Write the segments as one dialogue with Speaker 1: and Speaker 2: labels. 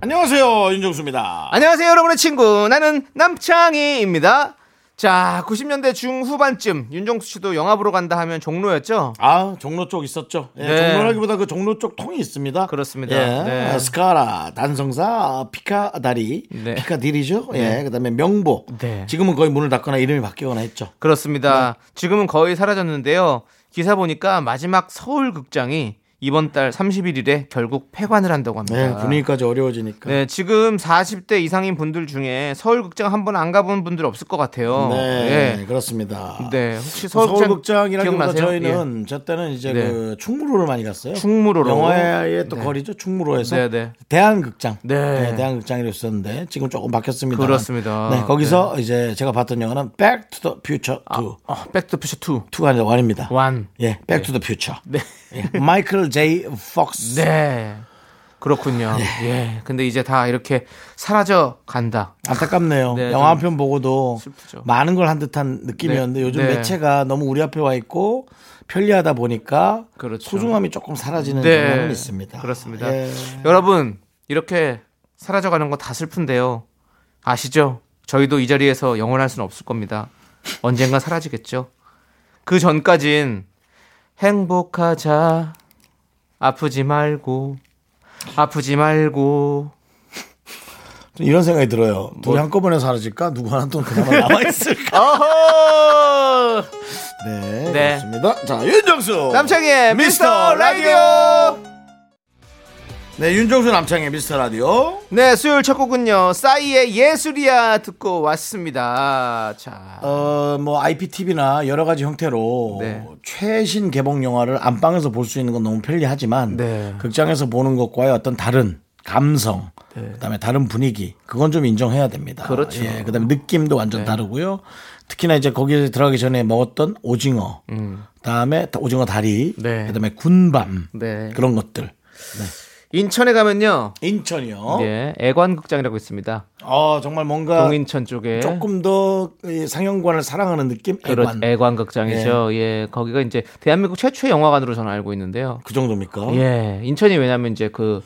Speaker 1: 안녕하세요 윤정수입니다.
Speaker 2: 안녕하세요, 여러분의 친구. 나는 남창희입니다. 자, 90년대 중후반쯤 윤정수 씨도 영화 보러 간다 하면 종로였죠?
Speaker 1: 아 종로 쪽 있었죠. 예,
Speaker 2: 네.
Speaker 1: 종로라기보다 그 종로 쪽 통이 있습니다.
Speaker 2: 그렇습니다.
Speaker 1: 예,
Speaker 2: 네.
Speaker 1: 스카라, 단성사, 피카다리,
Speaker 2: 네.
Speaker 1: 피카디리죠. 예, 그다음에 명보.
Speaker 2: 네.
Speaker 1: 지금은 거의 문을 닫거나 이름이 바뀌거나 했죠. 네.
Speaker 2: 그렇습니다. 지금은 거의 사라졌는데요. 기사 보니까 마지막 서울 극장이 이번 달 31일에 결국 폐관을 한다고
Speaker 1: 네,
Speaker 2: 합니다.
Speaker 1: 분위기까지 어려워지니까.
Speaker 2: 아. 네, 지금 40대 이상인 분들 중에 서울 극장 한 번 안 가본 분들 없을 것 같아요.
Speaker 1: 네,
Speaker 2: 네.
Speaker 1: 그렇습니다.
Speaker 2: 네, 혹시 서울 극장
Speaker 1: 서울극장이라기보다
Speaker 2: 기억나세요?
Speaker 1: 저희는 저 때는 이제
Speaker 2: 네.
Speaker 1: 그 충무로를 많이 갔어요.
Speaker 2: 충무로로.
Speaker 1: 영화의 또 거리죠. 충무로에서
Speaker 2: 네, 네.
Speaker 1: 대한극장.
Speaker 2: 네.
Speaker 1: 대한극장이 있었는데 지금 조금 바뀌었습니다.
Speaker 2: 그렇습니다.
Speaker 1: 네, 거기서 이제 제가 봤던 영화는 Back to the Future 2.
Speaker 2: 어, 백투피셔 2.
Speaker 1: 2가 아니라 1입니다.
Speaker 2: 완.
Speaker 1: 예, Back to the Future. 예, 마이클 제이 폭스.
Speaker 2: 네. 그렇군요.
Speaker 1: 네.
Speaker 2: 예. 근데 이제 다 이렇게 사라져 간다.
Speaker 1: 안타깝네요.
Speaker 2: 네,
Speaker 1: 영화
Speaker 2: 좀
Speaker 1: 한 편 보고도
Speaker 2: 슬프죠.
Speaker 1: 많은 걸 한 듯한 느낌이었는데
Speaker 2: 네,
Speaker 1: 요즘
Speaker 2: 네.
Speaker 1: 매체가 너무 우리 앞에 와 있고 편리하다 보니까
Speaker 2: 그렇죠. 네.
Speaker 1: 소중함이 조금 사라지는 경향은 있습니다.
Speaker 2: 그렇습니다.
Speaker 1: 예.
Speaker 2: 여러분, 이렇게 사라져 가는 거 다 슬픈데요. 아시죠? 저희도 이 자리에서 영원할 수는 없을 겁니다. 언젠가 사라지겠죠. 그 전까진 행복하자. 아프지 말고. 아프지 말고.
Speaker 1: 좀 이런 생각이 들어요. 뭐 둘이 한꺼번에 사라질까? 누구 하나 또 그나마 남아 있을까?
Speaker 2: 어허!
Speaker 1: 네,
Speaker 2: 네.
Speaker 1: 그렇습니다. 자, 윤정수
Speaker 2: 남창희의 미스터 라디오!
Speaker 1: 네, 윤정수 남창의 미스터 라디오.
Speaker 2: 네, 수요일 첫 곡은요. 싸이의 예술이야 듣고 왔습니다. 자.
Speaker 1: 어, 뭐 IPTV나 여러 가지 형태로
Speaker 2: 네.
Speaker 1: 최신 개봉 영화를 안방에서 볼 수 있는 건 너무 편리하지만
Speaker 2: 네.
Speaker 1: 극장에서 보는 것과의 어떤 다른 감성, 그다음에 다른 분위기 그건 좀 인정해야 됩니다.
Speaker 2: 네. 그렇죠. 네.
Speaker 1: 예, 그다음에 느낌도 완전 다르고요. 특히나 이제 거기에 들어가기 전에 먹었던 오징어, 그다음에 오징어 다리,
Speaker 2: 네.
Speaker 1: 그다음에 군밤
Speaker 2: 네.
Speaker 1: 그런 것들.
Speaker 2: 인천에 가면요.
Speaker 1: 인천이요.
Speaker 2: 예, 애관극장이라고 있습니다.
Speaker 1: 어 정말 뭔가
Speaker 2: 동인천 쪽에.
Speaker 1: 조금 더이 상영관을 사랑하는 느낌.
Speaker 2: 그렇-
Speaker 1: 애관.
Speaker 2: 애관극장이죠. 예, 거기가 이제 대한민국 최초의 영화관으로 저는 알고 있는데요.
Speaker 1: 그 정도입니까?
Speaker 2: 예, 인천이 왜냐면 이제 그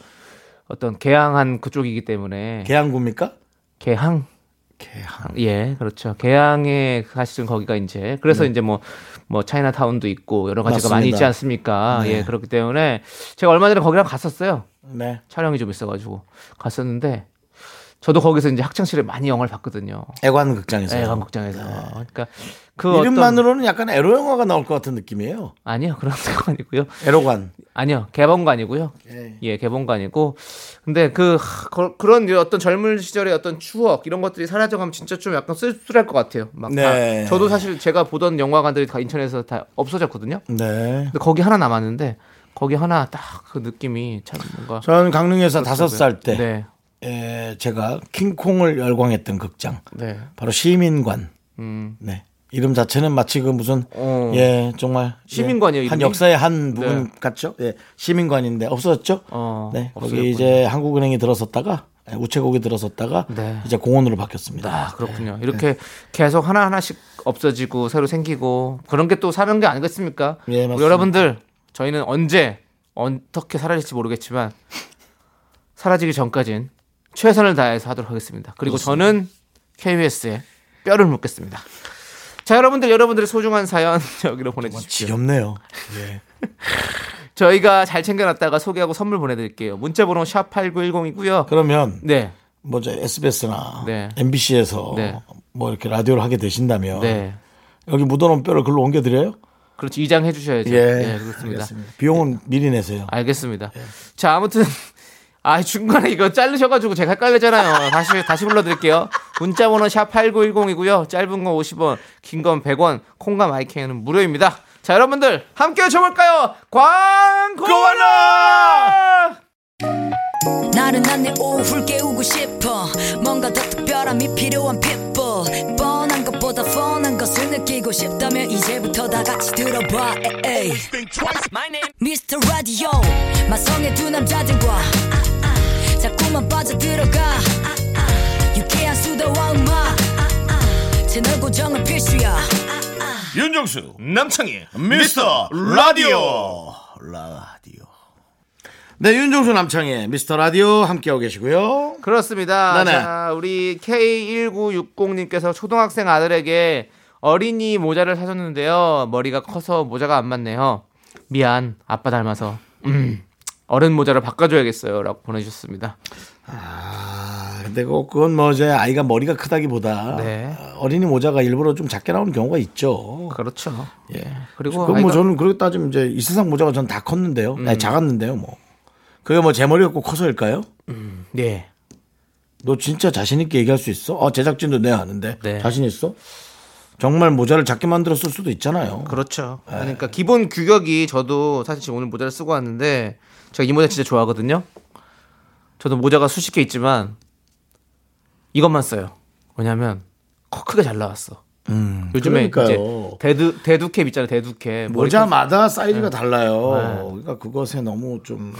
Speaker 2: 어떤 개항한 그쪽이기 때문에
Speaker 1: 개항구입니까?
Speaker 2: 개항
Speaker 1: 개항.
Speaker 2: 예, 그렇죠. 개항에 사실은 거기가 이제 그래서 이제 뭐 뭐 차이나타운도 있고 여러 가지가 많이
Speaker 1: 네. 맞습니다.
Speaker 2: 있지 않습니까? 예, 그렇기 때문에 제가 얼마 전에 거기랑 갔었어요.
Speaker 1: 네.
Speaker 2: 촬영이 좀 있어가지고 갔었는데 저도 거기서 이제 학창시절에 많이 영화를 봤거든요.
Speaker 1: 애관 극장에서.
Speaker 2: 애관 극장에서. 그러니까 그 어떤
Speaker 1: 네. 이름만으로는 약간 에로 영화가 나올 것 같은 느낌이에요.
Speaker 2: 아니요 그런 거 아니고요.
Speaker 1: 에로관.
Speaker 2: 아니요 개봉관이고요.
Speaker 1: 예.
Speaker 2: 예, 개봉관이고. 근데 그 하, 거- 그런 어떤 젊은 시절의 어떤 추억 이런 것들이 사라져가면 진짜 좀 약간 쓸쓸할 것 같아요. 막 다-
Speaker 1: 네.
Speaker 2: 저도 사실 제가 보던 영화관들이 다 인천에서 다 없어졌거든요.
Speaker 1: 네.
Speaker 2: 근데 거기 하나 남았는데 거기 하나 딱 그 느낌이 참 뭔가.
Speaker 1: 저는 강릉에서 다섯 살 때,
Speaker 2: 네,
Speaker 1: 예, 제가 킹콩을 열광했던 극장.
Speaker 2: 네.
Speaker 1: 바로 시민관.
Speaker 2: 음.
Speaker 1: 네. 이름 자체는 마치 그 무슨
Speaker 2: 어.
Speaker 1: 예 정말 예,
Speaker 2: 시민관이에요,
Speaker 1: 한
Speaker 2: 이름이?
Speaker 1: 역사의 한 부분
Speaker 2: 네.
Speaker 1: 같죠. 예 시민관인데 없어졌죠.
Speaker 2: 어,
Speaker 1: 네 거기
Speaker 2: 없어졌군요.
Speaker 1: 이제 한국은행이 들어섰다가 예, 우체국이 들어섰다가
Speaker 2: 네.
Speaker 1: 이제 공원으로 바뀌었습니다.
Speaker 2: 아 그렇군요. 이렇게 계속 하나 하나씩 없어지고 새로 생기고 그런 게 또 사는 게 아니겠습니까?
Speaker 1: 예,
Speaker 2: 우리
Speaker 1: 맞습니다.
Speaker 2: 여러분들 저희는 언제 어떻게 사라질지 모르겠지만 사라지기 전까진 최선을 다해서 하도록 하겠습니다. 그리고 저는 KBS에 뼈를 묻겠습니다. 자 여러분들 여러분들의 소중한 사연 여기로 보내주십시오.
Speaker 1: 지겹네요. 예.
Speaker 2: 저희가 잘 챙겨놨다가 소개하고 선물 보내드릴게요. 문자번호 샵 #8910이고요.
Speaker 1: 그러면
Speaker 2: 네,
Speaker 1: 뭐 이제 SBS나
Speaker 2: 네.
Speaker 1: MBC에서
Speaker 2: 네.
Speaker 1: 뭐 이렇게 라디오를 하게 되신다면
Speaker 2: 네,
Speaker 1: 여기 묻어놓은 뼈를 글로 옮겨드려요?
Speaker 2: 그렇죠. 이장해
Speaker 1: 예.
Speaker 2: 주셔야죠. 네, 그렇습니다.
Speaker 1: 알겠습니다. 비용은 미리 내세요.
Speaker 2: 알겠습니다. 자, 아무튼 아, 중간에 이거 자르셔가지고 제가 헷갈렸잖아요. 다시 다시 불러드릴게요. 문자번호 샵 #8910이고요. 짧은 건 50원, 긴 건 100원, 콩과 마이크는 무료입니다. 자, 여러분들 함께 외쳐볼까요? 광고라!
Speaker 3: 나른한 내 오후를 깨우고 싶어 뭔가 더 특별함이 필요한 people 뻔한 것보다 뻔한 것을 느끼고 싶다면 이제부터 다 같이 들어봐 에이. Mr. Radio 마성의 두 남자들과 자꾸만 빠져들어가 유쾌한 수다와 음악 채널 고정은 필수야
Speaker 4: 윤정수 남창희 미스터 라디오
Speaker 1: 아, 라디오. 네, 윤종수 남창의 미스터 라디오 함께하고 계시고요.
Speaker 2: 그렇습니다.
Speaker 1: 네네.
Speaker 2: 자, 우리 K1960님께서 초등학생 아들에게 어린이 모자를 사줬는데요. 머리가 커서 모자가 안 맞네요. 미안, 아빠 닮아서. 음, 어른 모자를 바꿔줘야겠어요. 라고 보내주셨습니다.
Speaker 1: 아, 근데 그거- 그건 뭐 이제 아이가 머리가 크다기보다
Speaker 2: 네.
Speaker 1: 어린이 모자가 일부러 좀 작게 나오는 경우가 있죠.
Speaker 2: 그렇죠.
Speaker 1: 예.
Speaker 2: 그리고
Speaker 1: 그건 뭐
Speaker 2: 아이가- 음.
Speaker 1: 저는 그렇게 따지면 이제 이 세상 모자가 전 다 컸는데요. 아니, 작았는데요, 뭐. 그게 뭐 제 머리가 꼭 커서일까요?
Speaker 2: 네.
Speaker 1: 너 진짜 자신 있게 얘기할 수 있어? 어, 제작진도 내 아는데
Speaker 2: 네.
Speaker 1: 자신 있어? 정말 모자를 작게 만들었을 수도 있잖아요.
Speaker 2: 그렇죠. 그러니까 기본 규격이 저도 사실 지금 오늘 모자를 쓰고 왔는데 제가 이 모자 진짜 좋아하거든요. 저도 모자가 수십 개 있지만 이것만 써요. 왜냐면 커 크게 잘 나왔어. 요즘에
Speaker 1: 음, 그러니까요.
Speaker 2: 이제 대두 대두캡 있잖아요. 대두캡
Speaker 1: 모자마다 사이즈가
Speaker 2: 네.
Speaker 1: 달라요. 그러니까 그것에 너무 좀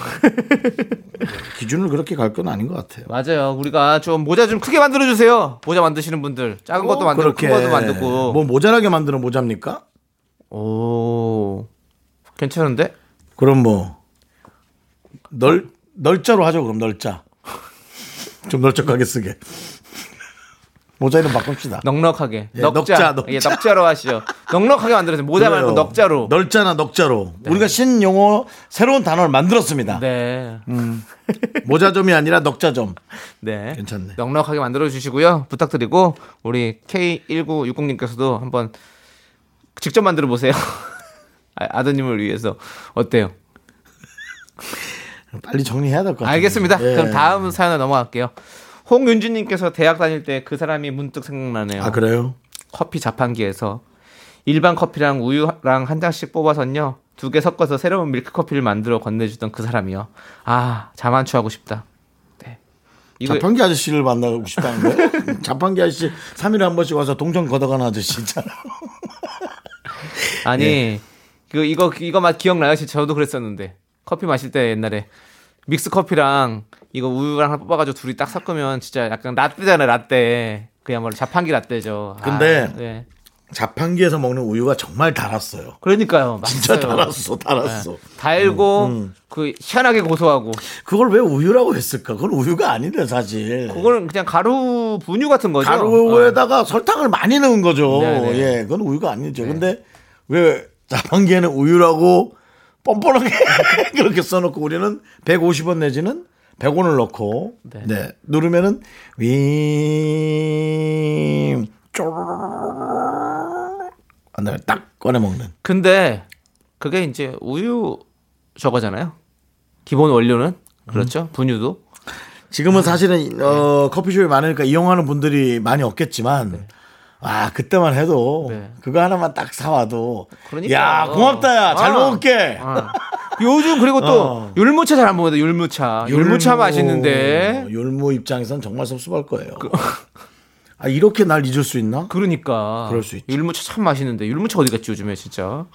Speaker 1: 기준을 그렇게 갈 건 아닌 것 같아요.
Speaker 2: 맞아요. 우리가 좀 모자 좀 크게 만들어 주세요. 모자 만드시는 분들 작은 것도 만들고 큰 것도 만들고.
Speaker 1: 어, 뭐 모자라게 만드는 모자입니까?
Speaker 2: 오 괜찮은데?
Speaker 1: 그럼 뭐 넓, 넓자로 하죠. 그럼 넓자. 좀 넓적하게 쓰게. 모자 이름 바꿉시다.
Speaker 2: 넉넉하게
Speaker 1: 예,
Speaker 2: 넉자,
Speaker 1: 넉자, 넉자.
Speaker 2: 예, 넉자로 하시죠. 넉넉하게 만들어서 모자 말고
Speaker 1: 그래요.
Speaker 2: 넉자로.
Speaker 1: 넓자나 넉자로. 우리가 신용어 새로운 단어를 만들었습니다.
Speaker 2: 네.
Speaker 1: 음, 모자점이 아니라 넉자점.
Speaker 2: 네.
Speaker 1: 괜찮네.
Speaker 2: 넉넉하게 만들어 주시고요. 부탁드리고 우리 K1960님께서도 한번 직접 만들어 보세요. 아, 아드님을 위해서 어때요?
Speaker 1: 빨리 정리해야 될 것 같아요.
Speaker 2: 알겠습니다.
Speaker 1: 예.
Speaker 2: 그럼 다음 사연으로 넘어갈게요. 홍윤주님께서 대학 다닐 때 그 사람이 문득 생각나네요.
Speaker 1: 아 그래요?
Speaker 2: 커피 자판기에서 일반 커피랑 우유랑 한 장씩 뽑아서요. 두 개 섞어서 새로운 밀크커피를 만들어 건네주던 그 사람이요. 아, 자만추하고 싶다. 네. 이거
Speaker 1: 자판기 아저씨를 만나고 싶다는 거예요? 자판기 아저씨 3일에 한 번씩 와서 동전 걷어가는 아저씨 있잖아요.
Speaker 2: 아니
Speaker 1: 예.
Speaker 2: 그 이거 이거 맛 기억나요? 진짜 저도 그랬었는데 커피 마실 때 옛날에 믹스 커피랑 이거 우유랑 하나 뽑아가지고 둘이 딱 섞으면 진짜 약간 라떼잖아요 라떼 그야말로 자판기 라떼죠. 아,
Speaker 1: 근데-
Speaker 2: 네.
Speaker 1: 자판기에서 먹는 우유가 정말 달았어요.
Speaker 2: 그러니까요.
Speaker 1: 진짜 음,
Speaker 2: 맛있어요. 네.
Speaker 1: 달았어, 달았어.
Speaker 2: 달고 그 희한하게 고소하고
Speaker 1: 그걸 왜 우유라고 했을까? 그건 우유가 아닌데 사실.
Speaker 2: 그거는 그냥 가루 분유 같은 거죠. 어.
Speaker 1: 가루에다가 설탕을 많이 넣은 거죠.
Speaker 2: 네, 네.
Speaker 1: 예, 그건 우유가 아니죠. 근데 왜 자판기에는 우유라고 뻔뻔하게 그렇게 써놓고 우리는 150원 내지는 100원을 넣고 네. 누르면은 윙 쪼르르르 안 되면 딱 꺼내 먹는.
Speaker 2: 근데 그게 이제 우유 저거잖아요. 기본 원료는 그렇죠.
Speaker 1: 음.
Speaker 2: 분유도 음.
Speaker 1: 지금은
Speaker 2: 네.
Speaker 1: 사실은 어, 커피숍이 많으니까 이용하는 분들이 많이 없겠지만 아 그때만 해도
Speaker 2: 네.
Speaker 1: 그거 하나만 딱 사와도
Speaker 2: 그러니까.
Speaker 1: 야 고맙다야 잘
Speaker 2: 아.
Speaker 1: 먹을게
Speaker 2: 아. 요즘 그리고 또
Speaker 1: 어.
Speaker 2: 율무차 잘 안 먹는데 율무차 율무차
Speaker 1: 아, 율무,
Speaker 2: 맛있는데 그
Speaker 1: 율무 입장에선 정말 섭섭할 거예요 아 이렇게 날 잊을 수 있나
Speaker 2: 그러니까
Speaker 1: 그럴 수 있죠.
Speaker 2: 율무차 참 맛있는데 율무차 어디 갔지 요즘에 진짜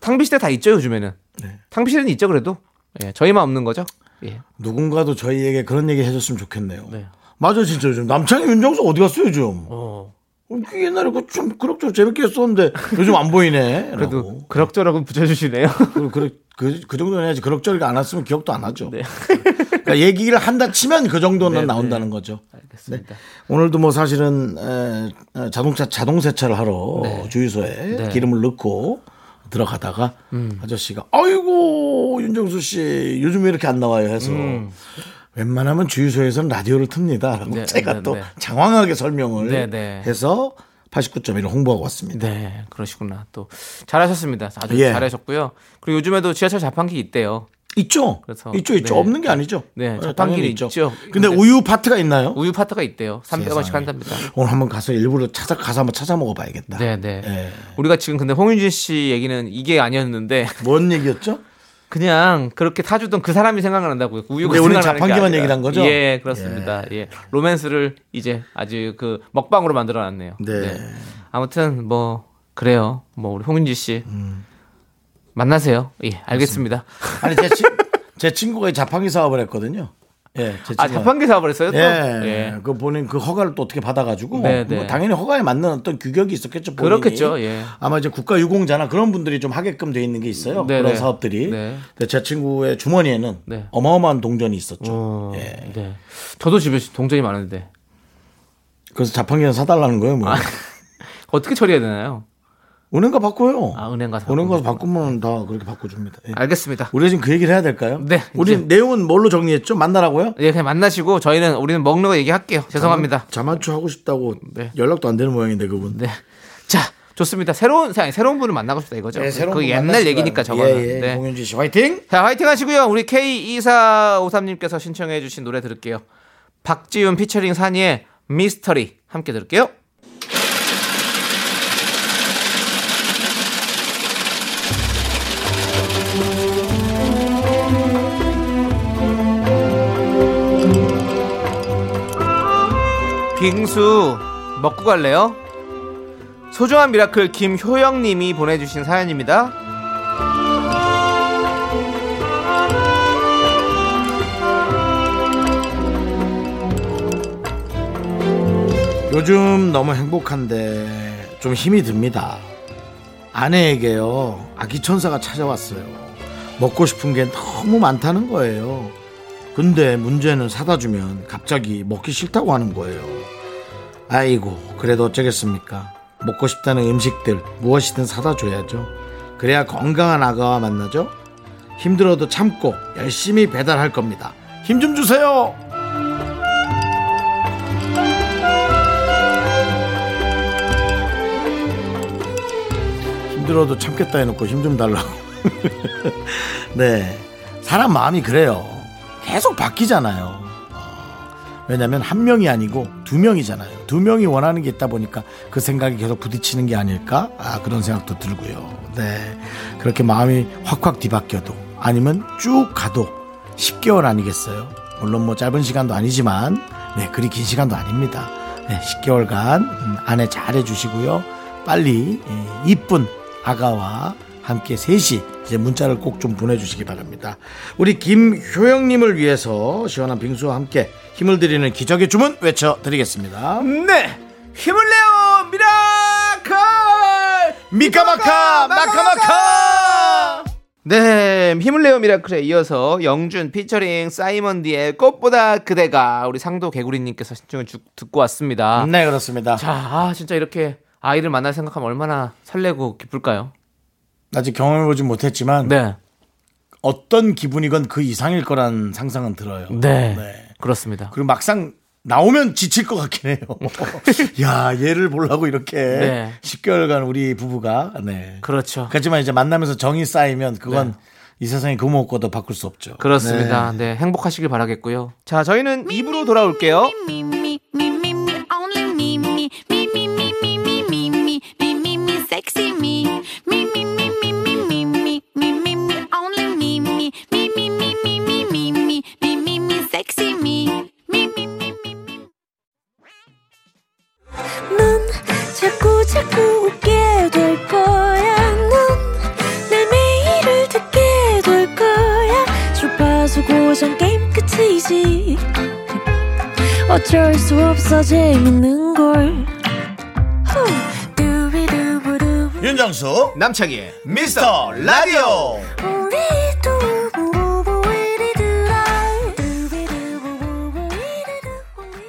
Speaker 2: 탕비실에 다 있죠 요즘에는
Speaker 1: 네.
Speaker 2: 탕비실은 있죠 그래도 예, 저희만 없는 거죠 예.
Speaker 1: 누군가도 저희에게 그런 얘기 해줬으면 좋겠네요
Speaker 2: 네.
Speaker 1: 맞아 진짜 요즘 남창희 윤정수 어디 갔어 요즘
Speaker 2: 어,
Speaker 1: 어, 그 옛날에 그좀 그럭저럭 재밌게 했었는데 요즘 안 보이네
Speaker 2: 그래도
Speaker 1: 라고.
Speaker 2: 그럭저럭은 붙여주시네요
Speaker 1: 그, 그, 그, 그 정도는 해야지. 그럭저럭 안 왔으면 기억도 안 하죠.
Speaker 2: 네.
Speaker 1: 그러니까 얘기를 한다 치면 그 정도는 나온다는 거죠.
Speaker 2: 알겠습니다
Speaker 1: 오늘도 뭐 사실은 에, 에, 자동차 자동 세차를 하러 주유소에
Speaker 2: 네. 음.
Speaker 1: 기름을 넣고 들어가다가 아저씨가 아이고 윤정수 씨 요즘 왜 이렇게 안 나와요 해서 웬만하면 주유소에서는 라디오를 틉니다. 라고
Speaker 2: 음. 네,
Speaker 1: 제가
Speaker 2: 네,
Speaker 1: 또
Speaker 2: 네.
Speaker 1: 장황하게 설명을
Speaker 2: 네, 네.
Speaker 1: 해서 89.1을 홍보하고 왔습니다.
Speaker 2: 네 그러시구나 또 잘하셨습니다 아주
Speaker 1: 예.
Speaker 2: 잘하셨고요 그리고 요즘에도 지하철 자판기 있대요
Speaker 1: 있죠.
Speaker 2: 그래서-
Speaker 1: 있죠, 있죠.
Speaker 2: 네.
Speaker 1: 없는 게 아니죠.
Speaker 2: 네,
Speaker 1: 어,
Speaker 2: 자판기는
Speaker 1: 당연히
Speaker 2: 있죠.
Speaker 1: 근데,
Speaker 2: 근데-
Speaker 1: 우유 파트가 있나요?
Speaker 2: 우유 파트가 있대요 300원씩 한답니다
Speaker 1: 오늘 한번 가서 일부러 찾아 가서 한번 찾아 먹어봐야겠다.
Speaker 2: 네네
Speaker 1: 예.
Speaker 2: 우리가 지금 근데 홍윤진 씨 얘기는 이게 아니었는데
Speaker 1: 뭔 얘기였죠?
Speaker 2: 그냥 그렇게 타주던 그 사람이 생각난다고요. 우유가
Speaker 1: 근데 네, 우리는
Speaker 2: 생각나는 게
Speaker 1: 자판기만
Speaker 2: 아니라.
Speaker 1: 얘기를 한 거죠?
Speaker 2: 예, 그렇습니다. 예. 로맨스를 이제 아주 그 먹방으로 만들어 놨네요.
Speaker 1: 네.
Speaker 2: 아무튼 뭐 그래요. 뭐 우리 홍윤지 씨 만나세요. 예, 알겠습니다.
Speaker 1: 아니 제, 친, 제 친구가 이 자판기 사업을 했거든요. 예, 제 친구가.
Speaker 2: 아, 자판기 사업을 했어요? 또?
Speaker 1: 예,
Speaker 2: 예.
Speaker 1: 그 본인 그 허가를 또 어떻게 받아가지고
Speaker 2: 네, 네.
Speaker 1: 뭐 당연히 허가에 맞는 어떤 규격이 있었겠죠. 본인이.
Speaker 2: 그렇겠죠, 예.
Speaker 1: 아마 이제 국가유공자나 그런 분들이 좀 하게끔 돼 있는 게 있어요.
Speaker 2: 네,
Speaker 1: 그런
Speaker 2: 네.
Speaker 1: 사업들이.
Speaker 2: 네.
Speaker 1: 근데 제 친구의 주머니에는
Speaker 2: 네.
Speaker 1: 어마어마한 동전이 있었죠.
Speaker 2: 어,
Speaker 1: 예.
Speaker 2: 네. 저도 집에 동전이 많은데
Speaker 1: 그래서 자판기는 사달라는 거예요.
Speaker 2: 아,
Speaker 1: 뭐.
Speaker 2: 어떻게 처리해야 되나요?
Speaker 1: 은행가 바꿔요.
Speaker 2: 아, 은행 가서
Speaker 1: 은행 가서
Speaker 2: 바꾸면
Speaker 1: 바꾸면 다 그렇게 바꿔줍니다. 예.
Speaker 2: 알겠습니다.
Speaker 1: 우리가 지금 그 얘기를 해야 될까요?
Speaker 2: 아. 네,
Speaker 1: 우리
Speaker 2: 이제-
Speaker 1: 내용은 뭘로 정리했죠? 만나라고요?
Speaker 2: 예, 그냥 만나시고 저희는 우리는 먹는 거 얘기할게요. 죄송합니다.
Speaker 1: 자만추 하고 싶다고
Speaker 2: 네.
Speaker 1: 연락도 안 되는 모양인데 그분.
Speaker 2: 네. 자, 좋습니다. 새로운 세상에 새로운 분을 만나고 싶다 이거죠.
Speaker 1: 네, 새로운
Speaker 2: 그
Speaker 1: 분
Speaker 2: 옛날
Speaker 1: 만나시기
Speaker 2: 얘기니까
Speaker 1: 바랍니다.
Speaker 2: 저거는.
Speaker 1: 예, 예.
Speaker 2: 네.
Speaker 1: 공윤지 씨 화이팅.
Speaker 2: 자, 화이팅 하시고요. 우리 K2453님께서 신청해 주신 노래 들을게요. 박지윤 피처링 산이의 미스터리 함께 들을게요. 빙수 먹고 갈래요? 소중한 미라클 김효영님이 보내주신 사연입니다.
Speaker 1: 요즘 너무 행복한데 좀 힘이 듭니다. 아내에게요 아기 천사가 찾아왔어요. 먹고 싶은 게 너무 많다는 거예요. 근데 문제는 사다 주면 갑자기 먹기 싫다고 하는 거예요. 아이고 그래도 어쩌겠습니까? 먹고 싶다는 음식들 무엇이든 사다 줘야죠. 그래야 건강한 아가와 만나죠. 힘들어도 참고 열심히 배달할 겁니다. 힘 좀 주세요. 힘들어도 참겠다 해놓고 힘 좀 달라고. 네. 사람 마음이 그래요. 계속 바뀌잖아요. 어, 왜냐면 한 명이 아니고 두 명이잖아요. 두 명이 원하는 게 있다 보니까 그 생각이 계속 부딪히는 게 아닐까? 아, 그런 생각도 들고요. 네. 그렇게 마음이 확확 뒤바뀌어도 아니면 쭉 가도 10개월 아니겠어요? 물론 뭐 짧은 시간도 아니지만 네, 그리 긴 시간도 아닙니다. 네, 10개월간 아내 잘해 주시고요. 빨리 예, 이쁜 아가와 함께 셋이 이제 문자를 꼭 좀 보내주시기 바랍니다. 우리 김효영님을 위해서 시원한 빙수와 함께 힘을 드리는 기적의 주문 외쳐드리겠습니다.
Speaker 2: 네 힘을 내요 미라클
Speaker 1: 미카마카 마카마카
Speaker 2: 네 힘을 내요 미라클에 이어서 영준 피처링 사이먼디의 꽃보다 그대가 우리 상도 개구리님께서 신청을 주- 듣고 왔습니다
Speaker 1: 네 그렇습니다.
Speaker 2: 아. 자 아, 진짜 이렇게 아이를 만날 생각하면 얼마나 설레고 기쁠까요
Speaker 1: 아직 경험해보지 못했지만
Speaker 2: 네
Speaker 1: 어떤 기분이건 그 이상일 거란 상상은 들어요.
Speaker 2: 네. 그렇습니다
Speaker 1: 그리고 막상 나오면 지칠 것 같긴 해요. 야 얘를 보려고 이렇게
Speaker 2: 네.
Speaker 1: 10개월간 우리 부부가 네.
Speaker 2: 그렇죠
Speaker 1: 그렇지만 이제 만나면서 정이 쌓이면 그건 이 세상에 그 무엇과도 바꿀 수 없죠.
Speaker 2: 네. 그렇습니다 네. 행복하시길 바라겠고요 자 저희는 입으로 돌아올게요
Speaker 5: me, me, me, me, me, only me, me, me, me, me, me, me, me, me, me, me, me, sexy me, me, me, me, me, me, me, me, me, me, me, only me, me, me, me, me, me, me, me, me, me, me, me, sexy me, me, me, me, me, me.
Speaker 6: 넌 자꾸 자꾸 웃게 될 거야. 넌내 매일을 듣게 될 거야. 주파수 고정 게임 끝이지. 어쩔 수 없어 재밌는 걸. 후. 두비두부두.
Speaker 1: 네.
Speaker 4: 윤정수
Speaker 2: 남창희의
Speaker 4: 미스터 라디오
Speaker 6: 우리 두부부부 우리 두라. 두비두부부부 우리 두부 우리 두부.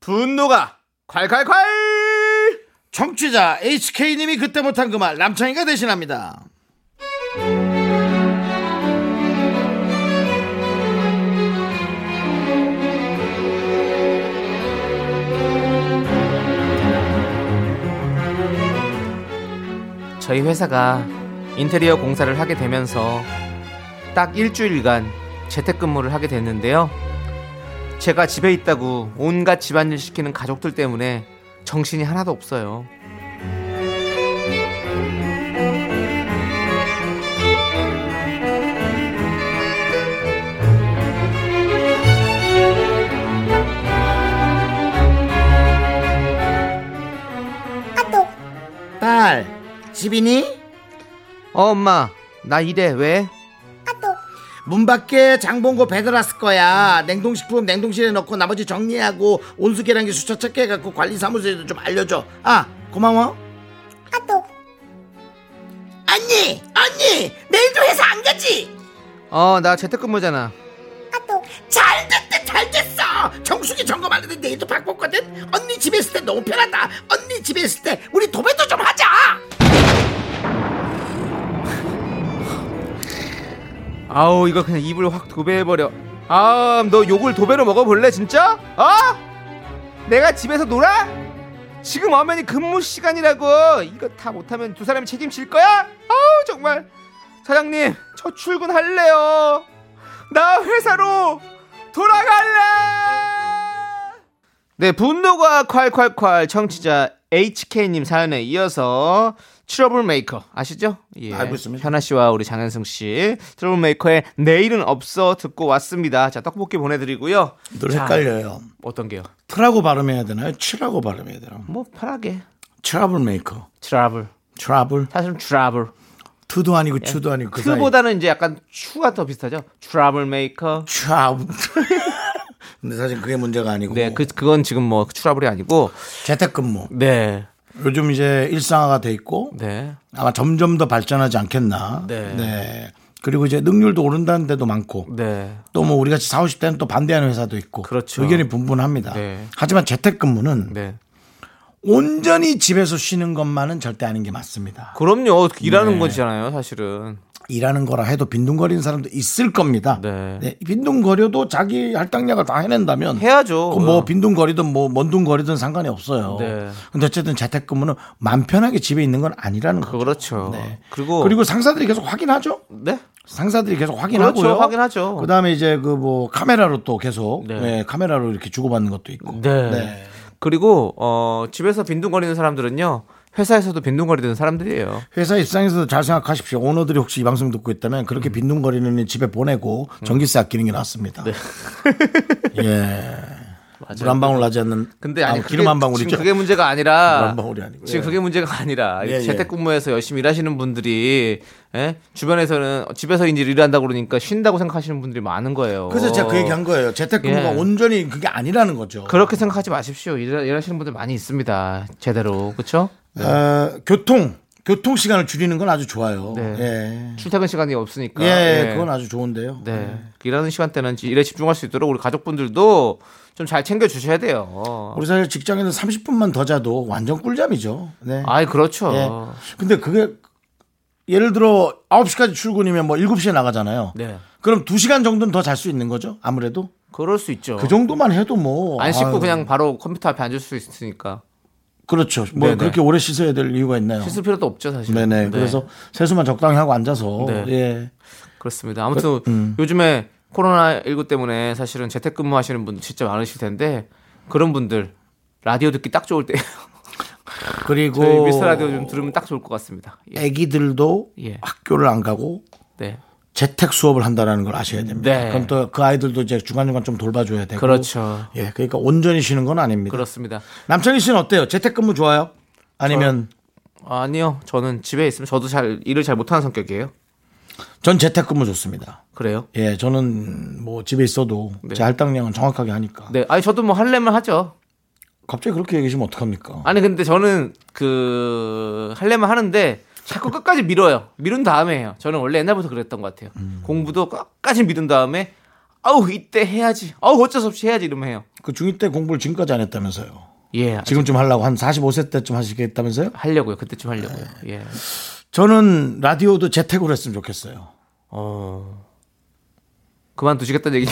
Speaker 2: 분노가 콸콸콸
Speaker 1: 청취자 HK님이 그때 못한 그 말 남창희가 대신합니다.
Speaker 2: 저희 회사가 인테리어 공사를 하게 되면서 딱 일주일간 재택근무를 하게 됐는데요. 제가 집에 있다고 온갖 집안일 시키는 가족들 때문에 정신이 하나도 없어요.
Speaker 1: 딸, 집이니?
Speaker 2: 어, 엄마, 나 이래, 왜?
Speaker 1: 문 밖에 장본고 배달 왔을 거야. 냉동식품 냉동실에 넣고 나머지 정리하고 온수 계량기 수저 찾게 해갖고 관리 사무소에도 좀 알려줘. 아, 고마워. 아또 언니, 언니, 내일도 회사 안 가지?
Speaker 2: 어, 나 재택근무잖아.
Speaker 1: 잘 됐다, 잘 됐어. 정수기 점검 하는데 내일도 바꿨거든. 언니 집에 있을 때 너무 편하다. 언니 집에 있을 때 우리 도배도 좀 하자.
Speaker 2: 아우, 이거 그냥 입을 확 도배해버려. 아, 너 욕을 도배로 먹어볼래, 진짜? 어? 내가 집에서 놀아? 지금 엄연히 근무 시간이라고. 이거 다 못하면 두 사람이 책임질 거야? 아우, 정말. 사장님, 저 출근할래요. 나 회사로 돌아갈래! 네, 분노가 콸콸콸 청취자 HK님 사연에 이어서 트러블 메이커 아시죠? 예.
Speaker 1: 알고 있습니다.
Speaker 2: 현아 씨와 우리 장현승 씨 트러블 메이커의 내일은 없어 듣고 왔습니다. 자, 떡볶이 보내드리고요.
Speaker 1: 늘 헷갈려요.
Speaker 2: 어떤 게요?
Speaker 1: 트라고 발음해야 되나요? 치라고 발음해야 되나요?
Speaker 2: 뭐 편하게
Speaker 1: 트러블 메이커,
Speaker 2: 트러블.
Speaker 1: 트러블,
Speaker 2: 사실은 트러블.
Speaker 1: 투도 아니고
Speaker 2: 네.
Speaker 1: 추도 아니고 그 사이.
Speaker 2: 그보다는 이제 약간 추가 더 비슷하죠. 트러블 메이커.
Speaker 1: 차. 근데 사실 그게 문제가 아니고
Speaker 2: 네, 그 그건 지금 뭐 트러블이 아니고
Speaker 1: 재택근무
Speaker 2: 네,
Speaker 1: 요즘 이제 일상화가 돼 있고
Speaker 2: 네.
Speaker 1: 아마 점점 더 발전하지 않겠나.
Speaker 2: 네.
Speaker 1: 그리고 이제 능률도 오른다는 데도 많고
Speaker 2: 네.
Speaker 1: 또 뭐 우리 같이 40, 50대는 또 반대하는 회사도 있고
Speaker 2: 그렇죠.
Speaker 1: 의견이 분분합니다.
Speaker 2: 네.
Speaker 1: 하지만 재택근무는
Speaker 2: 네.
Speaker 1: 온전히 집에서 쉬는 것만은 절대 아닌 게 맞습니다.
Speaker 2: 그럼요. 일하는 거잖아요, 사실은.
Speaker 1: 일하는 거라 해도 빈둥거리는 사람도 있을 겁니다.
Speaker 2: 네.
Speaker 1: 빈둥거려도 자기 할당량을 다 해낸다면
Speaker 2: 해야죠. 어.
Speaker 1: 그뭐 빈둥거리든 뭐 먼둥거리든 상관이 없어요.
Speaker 2: 네.
Speaker 1: 근데 어쨌든 재택근무는 맘 편하게 집에 있는 건 아니라는 거죠.
Speaker 2: 그렇죠.
Speaker 1: 네.
Speaker 2: 그리고
Speaker 1: 그리고 상사들이 계속 확인하죠.
Speaker 2: 네?
Speaker 1: 상사들이 계속 확인하고요.
Speaker 2: 그렇죠, 확인하죠.
Speaker 1: 그다음에 이제 그 뭐 카메라로 또 계속
Speaker 2: 네.
Speaker 1: 네, 카메라로 이렇게 주고받는 것도 있고.
Speaker 2: 네. 그리고 어 집에서 빈둥거리는 사람들은요. 회사에서도 빈둥거리는 사람들이에요.
Speaker 1: 회사 입장에서도 잘 생각하십시오. 오너들이 혹시 이 방송 듣고 있다면 그렇게
Speaker 2: 음.
Speaker 1: 빈둥거리는 일 집에 보내고 전기세 아끼는 게 낫습니다.
Speaker 2: 네.
Speaker 1: 예. 물 한 방울 나지 않는.
Speaker 2: 근데 아니
Speaker 1: 아,
Speaker 2: 그게,
Speaker 1: 기름 한 방울이죠.
Speaker 2: 지금 그게 문제가 아니라
Speaker 1: 물한 방울이 아니고.
Speaker 2: 지금
Speaker 1: 예.
Speaker 2: 그게 문제가 아니라
Speaker 1: 예, 예.
Speaker 2: 재택근무에서 열심히 일하시는 분들이 예? 주변에서는 집에서 이제 일한다고 그러니까 쉰다고 생각하시는 분들이 많은 거예요.
Speaker 1: 그래서 제가 그 얘기한 거예요. 재택근무가
Speaker 2: 예.
Speaker 1: 온전히 그게 아니라는 거죠.
Speaker 2: 그렇게 생각하지 마십시오. 일, 일하시는 분들 많이 있습니다. 제대로 그렇죠?
Speaker 1: 어, 교통 교통 시간을 줄이는 건 아주 좋아요.
Speaker 2: 네.
Speaker 1: 예.
Speaker 2: 출퇴근 시간이 없으니까.
Speaker 1: 예,
Speaker 2: 예.
Speaker 1: 그건 아주 좋은데요. 예.
Speaker 2: 네. 일하는 시간대는 일에 집중할 수 있도록 우리 가족분들도 좀 잘 챙겨 주셔야 돼요.
Speaker 1: 우리 사실 직장에서 30분만 더 자도 완전 꿀잠이죠. 네.
Speaker 2: 아이 그렇죠.
Speaker 1: 예. 근데 그게 예를 들어 9시까지 출근이면 뭐 7시에 나가잖아요.
Speaker 2: 네.
Speaker 1: 그럼 2시간 정도는 더 잘 수 있는 거죠? 아무래도.
Speaker 2: 그럴 수 있죠.
Speaker 1: 그 정도만 해도 뭐.
Speaker 2: 어. 안 씻고
Speaker 1: 아유,
Speaker 2: 그냥 바로 컴퓨터 앞에 앉을 수 있으니까
Speaker 1: 그렇죠. 뭐
Speaker 2: 네네.
Speaker 1: 그렇게 오래 씻어야 될 이유가 있나요?
Speaker 2: 씻을 필요도 없죠 사실.
Speaker 1: 예. 네네. 그래서 세수만 적당히 하고 앉아서.
Speaker 2: 네.
Speaker 1: 예.
Speaker 2: 그렇습니다. 음. 아무튼 요즘에 코로나 19 때문에 사실은 재택근무 하시는 분들 진짜 많으실 텐데 그런 분들 라디오 듣기 딱 좋을 때예요.
Speaker 1: 그리고.
Speaker 2: 저희 미스 라디오 좀 들으면 딱 좋을 것 같습니다. 예.
Speaker 1: 애기들도
Speaker 2: 예.
Speaker 1: 학교를 안 가고
Speaker 2: 네.
Speaker 1: 재택 수업을 한다라는 걸 아셔야 됩니다.
Speaker 2: 네.
Speaker 1: 그럼 또 그 아이들도 이제 중간중간 좀 돌봐줘야 되고.
Speaker 2: 그렇죠.
Speaker 1: 예. 그러니까 온전히 쉬는 건 아닙니다.
Speaker 2: 그렇습니다.
Speaker 1: 남창희 씨는 어때요? 재택근무 좋아요? 아니면
Speaker 2: 아니요. 저는 집에 있으면 저도 잘 일을 잘 못하는 성격이에요.
Speaker 1: 전 재택근무 좋습니다.
Speaker 2: 그래요?
Speaker 1: 예, 저는 뭐 집에 있어도 제 할당량은 정확하게 하니까.
Speaker 2: 네. 아니 저도 뭐 할래면 하죠.
Speaker 1: 갑자기 그렇게 얘기하시면 어떡합니까?
Speaker 2: 아니 근데 저는 그 할래면 하는데 자꾸 끝까지 밀어요. 미룬 다음에 해요. 저는 원래 옛날부터 그랬던 것 같아요. 공부도 끝까지 미룬 다음에 아우 이때 해야지. 아우 어쩔 수 없이 해야지 이러면 해요.
Speaker 1: 그 중2 때 공부를 지금까지 안 했다면서요.
Speaker 2: 예. 지금
Speaker 1: 지금쯤 하려고 한 45세 때쯤 하시겠다면서요?
Speaker 2: 하려고요. 그때쯤 하려고요. 예.
Speaker 1: 저는 라디오도 재택으로 했으면 좋겠어요.
Speaker 2: 어. 그만두시겠다는 얘기.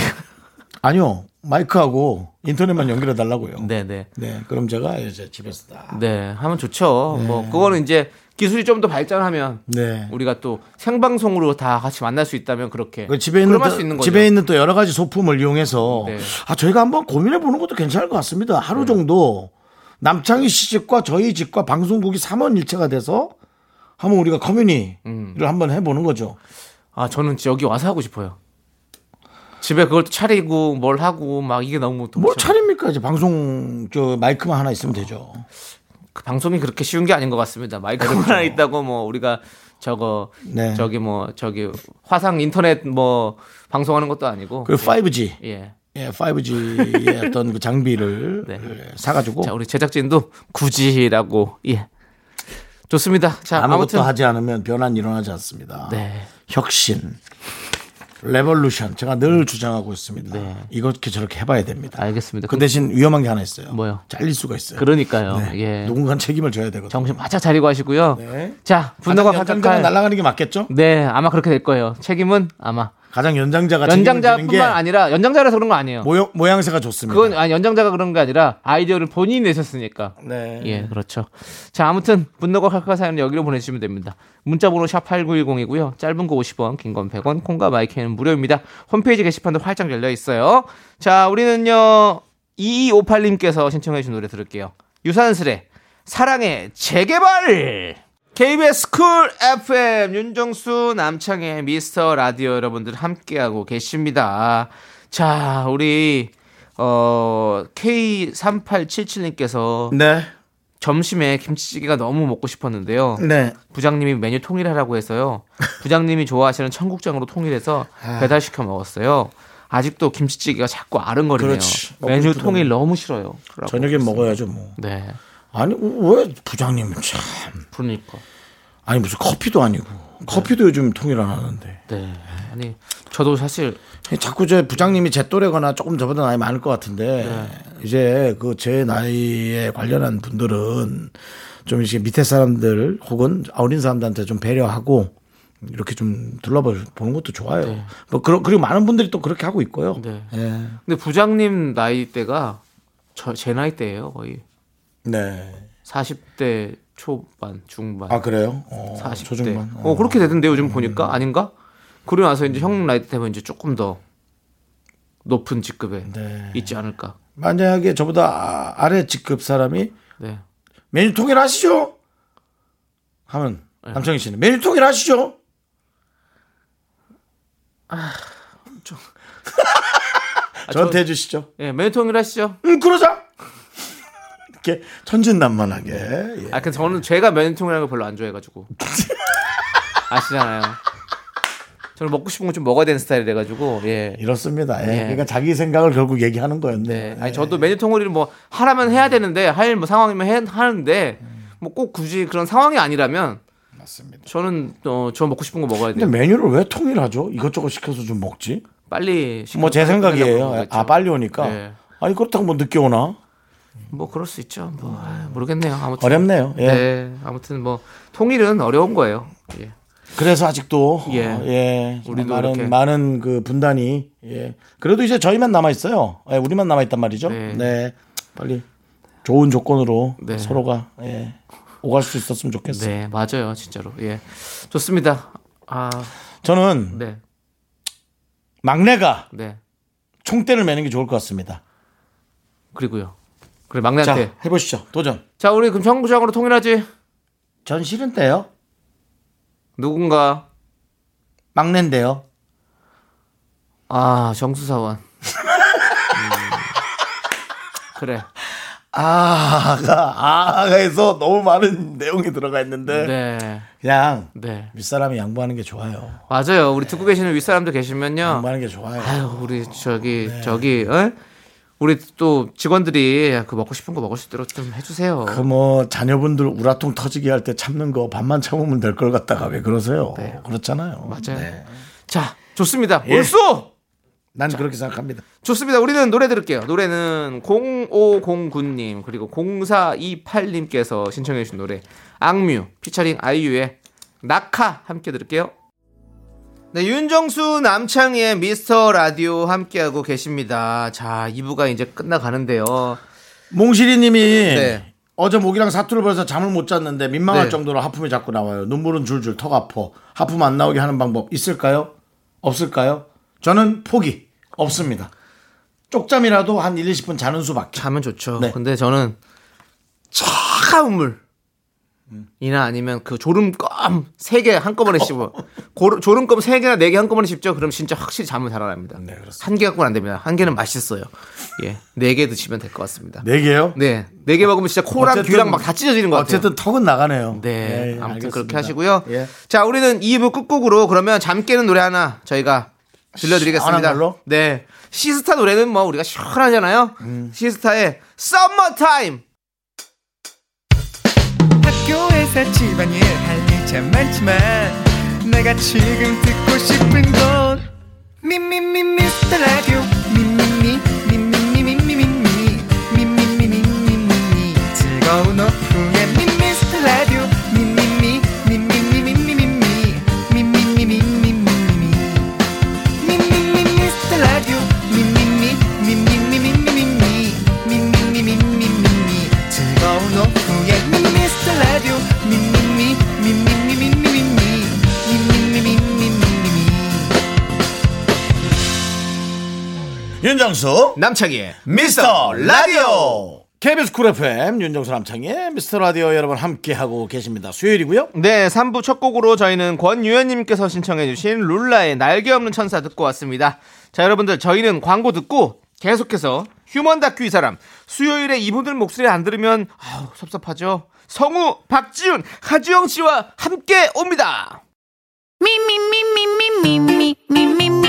Speaker 1: 아니요. 마이크하고 인터넷만 연결해 달라고요.
Speaker 2: 네, 네.
Speaker 1: 네, 그럼 제가 이제 집에서 다.
Speaker 2: 네, 하면 좋죠. 뭐 그거는 이제 기술이 좀 더 발전하면
Speaker 1: 네.
Speaker 2: 우리가 또 생방송으로 다 같이 만날 수 있다면 그렇게
Speaker 1: 그 집에 있는,
Speaker 2: 그럼 할
Speaker 1: 또-
Speaker 2: 수 있는 거죠.
Speaker 1: 집에 있는 또 여러 가지 소품을 이용해서
Speaker 2: 네.
Speaker 1: 아 저희가 한번 고민해 보는 것도 괜찮을 것 같습니다. 하루 정도 남창희 씨 집과 저희 집과 방송국이 삼원일체가 돼서 한번 우리가 커뮤니를
Speaker 2: 음.
Speaker 1: 한번 해보는 거죠.
Speaker 2: 아 저는 진짜 여기 와서 하고 싶어요. 집에 그걸 또 차리고 뭘 하고 막 이게 너무 또그
Speaker 1: 뭘
Speaker 2: 저-
Speaker 1: 차립니까? 이제 방송 저 마이크만 하나 있으면 되죠.
Speaker 2: 그 방송이 그렇게 쉬운 게 아닌 것 같습니다. 마이크만 하나 있다고 뭐 우리가 저거
Speaker 1: 네.
Speaker 2: 저기 뭐 저기 화상 인터넷 뭐 방송하는 것도 아니고
Speaker 1: 그리고 5G,
Speaker 2: 예.
Speaker 1: 예, 5G의 어떤 그 장비를 예,
Speaker 2: 네.
Speaker 1: 사가지고
Speaker 2: 자 우리 제작진도 굳이라고 예 좋습니다. 자
Speaker 1: 아무것도
Speaker 2: 아무튼
Speaker 1: 하지 않으면 변화는 일어나지 않습니다.
Speaker 2: 네.
Speaker 1: 혁신, 레볼루션 제가 늘 주장하고 있습니다. 이렇게 저렇게 해봐야 됩니다.
Speaker 2: 음. 네. 알겠습니다.
Speaker 1: 그 대신 위험한 게 하나 있어요.
Speaker 2: 뭐요?
Speaker 1: 잘릴 수가 있어요.
Speaker 2: 그러니까요.
Speaker 1: 네.
Speaker 2: 예.
Speaker 1: 누군가 책임을 져야 되거든요.
Speaker 2: 정신 바짝 차리고 하시고요.
Speaker 1: 네.
Speaker 2: 자 분노가
Speaker 1: 가장
Speaker 2: 가득한
Speaker 1: 연장자는 날아가는 게 맞겠죠?
Speaker 2: 네 아마 그렇게 될 거예요. 책임은 아마
Speaker 1: 가장 연장자가 책임을 지는 게 뭐,
Speaker 2: 연장자뿐만 아니라 연장자라서 그런 거 아니에요.
Speaker 1: 모형, 모양새가 좋습니다.
Speaker 2: 그건 아니 연장자가 그런 게 아니라 아이디어를 본인이 내셨으니까.
Speaker 1: 네.
Speaker 2: 예, 그렇죠. 자, 아무튼 분노가 칼칼 사연은 여기로 보내주시면 됩니다. 문자번호 샵 8910이고요. 짧은 거 50원, 긴 건 100원, 콩과 마이크는 무료입니다. 홈페이지 게시판도 활짝 열려 있어요. 자, 우리는요 2258님께서 신청해 주신 노래 들을게요. 유산슬의 사랑의 재개발. KBS 쿨 FM 윤정수 남창의 미스터 라디오 여러분들 함께하고 계십니다. 자, 우리 어 K3877님께서
Speaker 1: 네.
Speaker 2: 점심에 김치찌개가 너무 먹고 싶었는데요.
Speaker 1: 네.
Speaker 2: 부장님이 메뉴 통일하라고 해서요. 부장님이 좋아하시는 청국장으로 통일해서
Speaker 1: 아.
Speaker 2: 배달시켜 먹었어요. 아직도 김치찌개가 자꾸 아른거리네요.
Speaker 1: 그렇지. 먹고
Speaker 2: 메뉴
Speaker 1: 싶은
Speaker 2: 통일 너무 싫어요. 라고.
Speaker 1: 저녁에 먹어야죠, 뭐.
Speaker 2: 네.
Speaker 1: 아니, 왜 부장님 참.
Speaker 2: 그러니까.
Speaker 1: 아니, 무슨 커피도 아니고. 커피도 요즘 통일 안 하는데.
Speaker 2: 네. 아니, 저도 사실
Speaker 1: 자꾸 제 부장님이 제 또래거나 조금 저보다 나이 많을 것 같은데
Speaker 2: 네.
Speaker 1: 이제 그 제 나이에 관련한 분들은 좀 이제 밑에 사람들 혹은 어린 사람들한테 좀 배려하고 이렇게 좀 둘러봐 보는 것도 좋아요. 뭐 그런 그리고 많은 분들이 또 그렇게 하고 있고요.
Speaker 2: 네.
Speaker 1: 예.
Speaker 2: 근데 부장님 나이 대가 저 제 나이 대예요 거의
Speaker 1: 네.
Speaker 2: 40대 초반 중반
Speaker 1: 아 그래요? 어,
Speaker 2: 40대
Speaker 1: 조중반. 음.
Speaker 2: 어, 그렇게 되던데 요즘 보니까 아닌가 그리고 나서 이제 형 나이 되면 이제 조금 더 높은 직급에
Speaker 1: 네.
Speaker 2: 있지 않을까
Speaker 1: 만약에 저보다 아- 아래 직급 사람이
Speaker 2: 네
Speaker 1: 메뉴 통일 하시죠. 하면
Speaker 2: 네.
Speaker 1: 남창희 씨는 메뉴 통일 하시죠.
Speaker 2: 아,
Speaker 1: 저한테
Speaker 2: 저-
Speaker 1: 해주시죠.
Speaker 2: 예, 매통일 하시죠
Speaker 1: 응 그러자. 이렇게 천진난만하게. 예.
Speaker 2: 아 근데 저는 제가 매통이라는 걸 별로 안 좋아해가지고 아시잖아요 저는 먹고 싶은 거 좀 먹어야 되는 스타일이라 가지고 예
Speaker 1: 이렇습니다. 예.
Speaker 2: 예.
Speaker 1: 그러니까 자기 생각을 결국 얘기하는
Speaker 2: 네.
Speaker 1: 거였네.
Speaker 2: 아니 저도 메뉴 통일을 뭐 하라면 해야 되는데 할 뭐 상황이면 해, 하는데 뭐 꼭 굳이 그런 상황이 아니라면
Speaker 1: 음. 맞습니다.
Speaker 2: 저는 어저 먹고 싶은 거 먹어야
Speaker 1: 근데
Speaker 2: 돼요.
Speaker 1: 메뉴를 왜 통일하죠? 이것저것 시켜서 좀 먹지?
Speaker 2: 빨리 시켜-
Speaker 1: 뭐 제
Speaker 2: 빨리 끝내자고
Speaker 1: 생각이에요.
Speaker 2: 그런 거겠죠.
Speaker 1: 아 빨리 오니까.
Speaker 2: 네.
Speaker 1: 아니 그렇다고 뭐 늦게 오나?
Speaker 2: 뭐 그럴 수 있죠. 뭐 아, 모르겠네요. 아무튼
Speaker 1: 어렵네요. 예.
Speaker 2: 네. 아무튼 뭐 통일은 어려운 거예요. 예.
Speaker 1: 그래서 아직도
Speaker 2: 예.
Speaker 1: 어, 예.
Speaker 2: 우리도
Speaker 1: 많은
Speaker 2: 이렇게.
Speaker 1: 많은 그 분단이 예. 그래도 이제 저희만 남아 있어요. 예, 우리만 남아 있단 말이죠.
Speaker 2: 네.
Speaker 1: 네. 빨리 좋은 조건으로
Speaker 2: 네.
Speaker 1: 서로가 예. 오갈 수 있었으면 좋겠어요.
Speaker 2: 네, 맞아요. 진짜로. 예. 좋습니다. 아,
Speaker 1: 저는
Speaker 2: 네.
Speaker 1: 막내가
Speaker 2: 네.
Speaker 1: 총대를 매는 게 좋을 것 같습니다.
Speaker 2: 그리고요. 그래 막내한테.
Speaker 1: 자, 해보시죠. 도전.
Speaker 2: 자, 우리 그럼 청구장으로 통일하지.
Speaker 1: 전 싫은데요.
Speaker 2: 누군가
Speaker 1: 막내인데요.
Speaker 2: 아 정수사원 음. 그래
Speaker 1: 아가, 아가에서 너무 많은 내용이 들어가 있는데
Speaker 2: 네.
Speaker 1: 그냥
Speaker 2: 네
Speaker 1: 윗사람이 양보하는 게 좋아요.
Speaker 2: 맞아요 우리 듣고 계시는 윗사람들 계시면요
Speaker 1: 양보하는 게 좋아요.
Speaker 2: 아유 우리 저기
Speaker 1: 네.
Speaker 2: 저기 어? 우리 또 직원들이 그 먹고 싶은 거 먹을 수 있도록 좀 해주세요
Speaker 1: 그 뭐 자녀분들 우라통 터지게 할 때 참는 거 반만 참으면 될 걸 갖다가 왜 그러세요?
Speaker 2: 네.
Speaker 1: 그렇잖아요.
Speaker 2: 맞아요
Speaker 1: 네.
Speaker 2: 자 좋습니다
Speaker 1: 예.
Speaker 2: 올쏘
Speaker 1: 난 그렇게 생각합니다.
Speaker 2: 좋습니다 우리는 노래 들을게요 노래는 0509님 그리고 0428님께서 신청해 주신 노래 악뮤 피처링 아이유의 낙하 함께 들을게요 네, 윤정수 남창희의 미스터 라디오 함께하고 계십니다. 자, 2부가 이제 끝나가는데요.
Speaker 1: 몽실이님이
Speaker 2: 네.
Speaker 1: 어제 목이랑 사투를 벌여서 잠을 못 잤는데 민망할
Speaker 2: 네.
Speaker 1: 정도로 하품이 자꾸 나와요. 눈물은 줄줄 턱 아파. 하품 안 나오게 하는 방법 있을까요? 없을까요? 저는 포기 없습니다. 쪽잠이라도 한 1, 20분 자는 수밖에.
Speaker 2: 자면 좋죠.
Speaker 1: 네.
Speaker 2: 근데 저는 차가운 물. 이나 아니면 그 졸음껌 세 개 한꺼번에 씹어. 고르- 졸음껌 세 개나 네 개 한꺼번에 씹죠. 그럼 진짜 확실히 잠을 달아납니다.
Speaker 1: 네,
Speaker 2: 한 개 갖고는 안 됩니다. 한 개는 맛있어요. 예, 네 개 드시면 될 것 같습니다.
Speaker 1: 네 개요?
Speaker 2: 네, 네 개 먹으면 진짜 코랑
Speaker 1: 어쨌든-
Speaker 2: 귀랑 막 다 찢어지는 것 같아요.
Speaker 1: 어쨌든 턱은 나가네요.
Speaker 2: 네, 아무튼
Speaker 1: 알겠습니다.
Speaker 2: 그렇게 하시고요.
Speaker 1: 예.
Speaker 2: 자, 우리는 2부 끝곡으로 그러면 잠 깨는 노래 하나 저희가
Speaker 1: 시원한
Speaker 2: 들려드리겠습니다.
Speaker 1: 걸로?
Speaker 2: 네, 시스타 노래는 뭐 우리가 시원하잖아요.
Speaker 1: 음.
Speaker 2: 시스타의 Summertime.
Speaker 7: 학교에서 집안일 할 일 참 많지만 내가 지금 듣고 싶은 건 미미미 미스터 라디오 미미미 미미미 미미미 미미미 미미미 즐거운 오후에 미미스터 라디오 미미미 미미미 미미미 미미미 미미미 미미미
Speaker 4: 윤정수
Speaker 2: 남창희의
Speaker 4: 미스터 라디오
Speaker 1: KBS 쿨 FM 윤정수 남창의 미스터 라디오 여러분 함께 하고 계십니다. 수요일이고요.
Speaker 2: 네, 3부 첫 곡으로 저희는 권유현님께서 신청해주신 룰라의 날개 없는 천사 듣고 왔습니다. 자, 여러분들, 저희는 광고 듣고 계속해서 휴먼 다큐 이 사람. 수요일에 이분들 목소리 안 들으면, 아우, 섭섭하죠? 성우, 박지훈, 하지영 씨와 함께 옵니다!
Speaker 5: Me, me, me, me, me, me, me, me, me, me,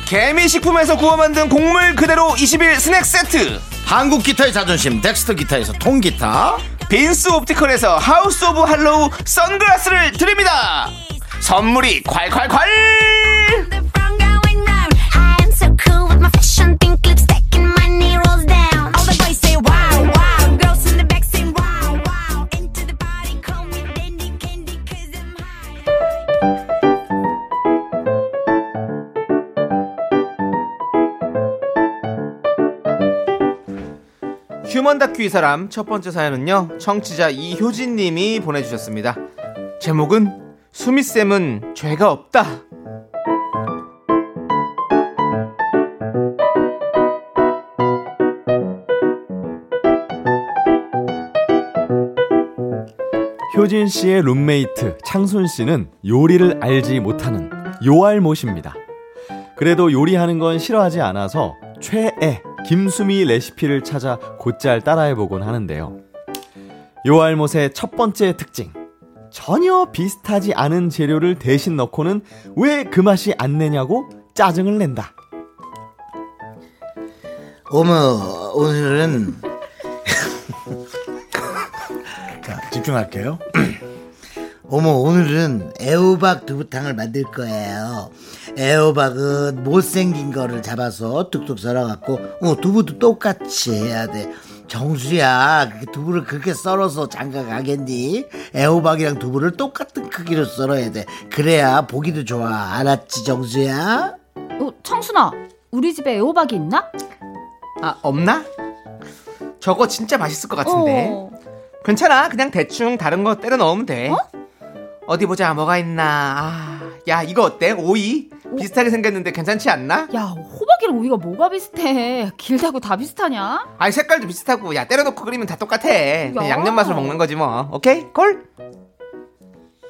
Speaker 2: 개미식품에서 구워 만든 곡물 그대로 20일 스낵 세트
Speaker 1: 한국 기타의 자존심 덱스터 기타에서 통기타
Speaker 2: 빈스 옵티컬에서 하우스 오브 할로우 선글라스를 드립니다 선물이 콸콸콸
Speaker 6: The wrong going round. I am so cool with my fashion pink lipstick and my knee rolls down. All the boys say wow, wow. Girls in the back say wow, wow. Into the party, call me dandy candy, cause I'm high.
Speaker 2: 휴먼 다큐 이 사람 첫 번째 사연은요 청취자 이효진 님이 보내주셨습니다 제목은 수미쌤은 죄가 없다
Speaker 8: 효진 씨의 룸메이트 창순 씨는 요리를 알지 못하는 요알못입니다. 그래도 요리하는 건 싫어하지 않아서 최애 김수미 레시피를 찾아 곧잘 따라해보곤 하는데요. 요알못의 첫 번째 특징. 전혀 비슷하지 않은 재료를 대신 넣고는 왜 그 맛이 안 내냐고 짜증을 낸다.
Speaker 1: 어머 오늘은 자 집중할게요
Speaker 9: 어머, 오늘은 애호박 두부탕을 만들 거예요. 애호박은 못생긴 거를 잡아서 뚝뚝 썰어갖고, 어, 두부도 똑같이 해야 돼. 정수야, 그 두부를 그렇게 썰어서 장가 가겠니? 애호박이랑 두부를 똑같은 크기로 썰어야 돼. 그래야 보기도 좋아. 알았지, 정수야?
Speaker 10: 어, 청순아, 우리 집에 애호박이 있나?
Speaker 2: 아 없나? 저거 진짜 맛있을 것 같은데
Speaker 10: 어.
Speaker 2: 괜찮아. 그냥 대충 다른 거 때려 넣으면 돼. 어? 디 보자. 뭐가 있나. 아, 야, 이거 어때? 오이? 비슷하게 생겼는데 괜찮지 않나?
Speaker 10: 야, 호박이랑 오이가 뭐가 비슷해? 길다고 다 비슷하냐?
Speaker 2: 아니, 색깔도 비슷하고. 야, 때려 넣고 끓이면 다 똑같아. 그냥
Speaker 10: 야.
Speaker 2: 양념 맛을 먹는 거지 뭐. 오케이? 콜?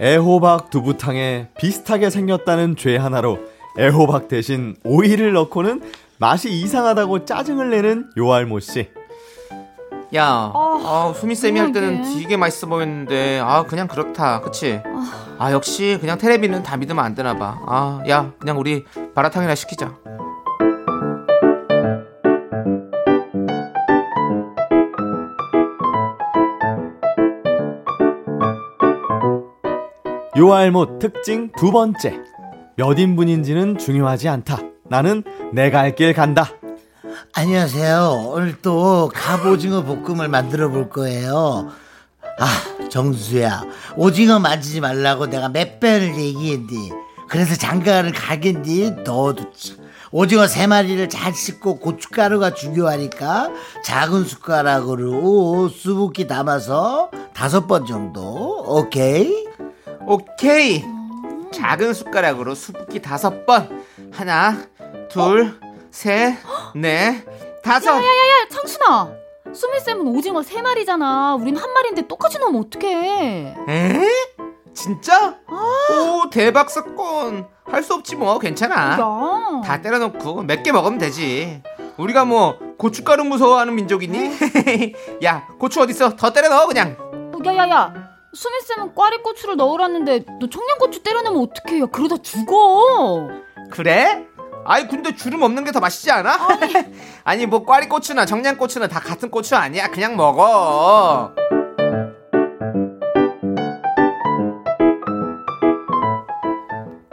Speaker 8: 애호박 두부탕에 비슷하게 생겼다는 죄 하나로 애호박 대신 오이를 넣고는 맛이 이상하다고 짜증을 내는 요알모 씨.
Speaker 2: 야,
Speaker 10: 아,
Speaker 2: 어, 수미쌤이 할 때는
Speaker 10: 궁금하게.
Speaker 2: 되게 맛있어 보였는데. 아, 그냥 그렇다. 그치? 아, 역시 그냥 테레비는 다 믿으면 안 되나 봐. 아, 야, 그냥 우리 마라탕이나 시키자.
Speaker 8: 요알못 특징 두 번째. 몇 인분인지는 중요하지 않다. 나는 내가 할 길 간다.
Speaker 9: 안녕하세요. 오늘 또 갑오징어 볶음을 만들어 볼 거예요. 아, 정수야 오징어 만지지 말라고 내가 몇 번을 얘기했니 그래서 장가를 가겠니 너도 참. 오징어 세 마리를 잘 씻고 고춧가루가 중요하니까 작은 숟가락으로 수북히 담아서 다섯 번 정도 오케이
Speaker 2: 오케이
Speaker 10: 음.
Speaker 2: 작은 숟가락으로 수북히 다섯 번 하나 둘셋넷 다섯
Speaker 10: 어? 야야야야 창순아 수미쌤은 오징어 세마리잖아 우린 한마리인데 똑같이 넣으면 어떡해
Speaker 2: 에? 진짜?
Speaker 10: 아.
Speaker 2: 오 대박 사건 할 수 없지 뭐 괜찮아
Speaker 10: 야.
Speaker 2: 다 때려놓고 몇 개 먹으면 되지 우리가 뭐 고춧가루 무서워하는 민족이니? 야 고추 어딨어 더 때려넣어 그냥
Speaker 10: 야야야 수미쌤은 꽈리고추를 넣으라는데 너 청양고추 때려내면 어떡해 야 그러다 죽어
Speaker 2: 그래? 아이 근데 주름 없는 게 더 맛있지 않아? 아니, 뭐 꽈리고추나 청양고추나 다 같은 고추 아니야 그냥 먹어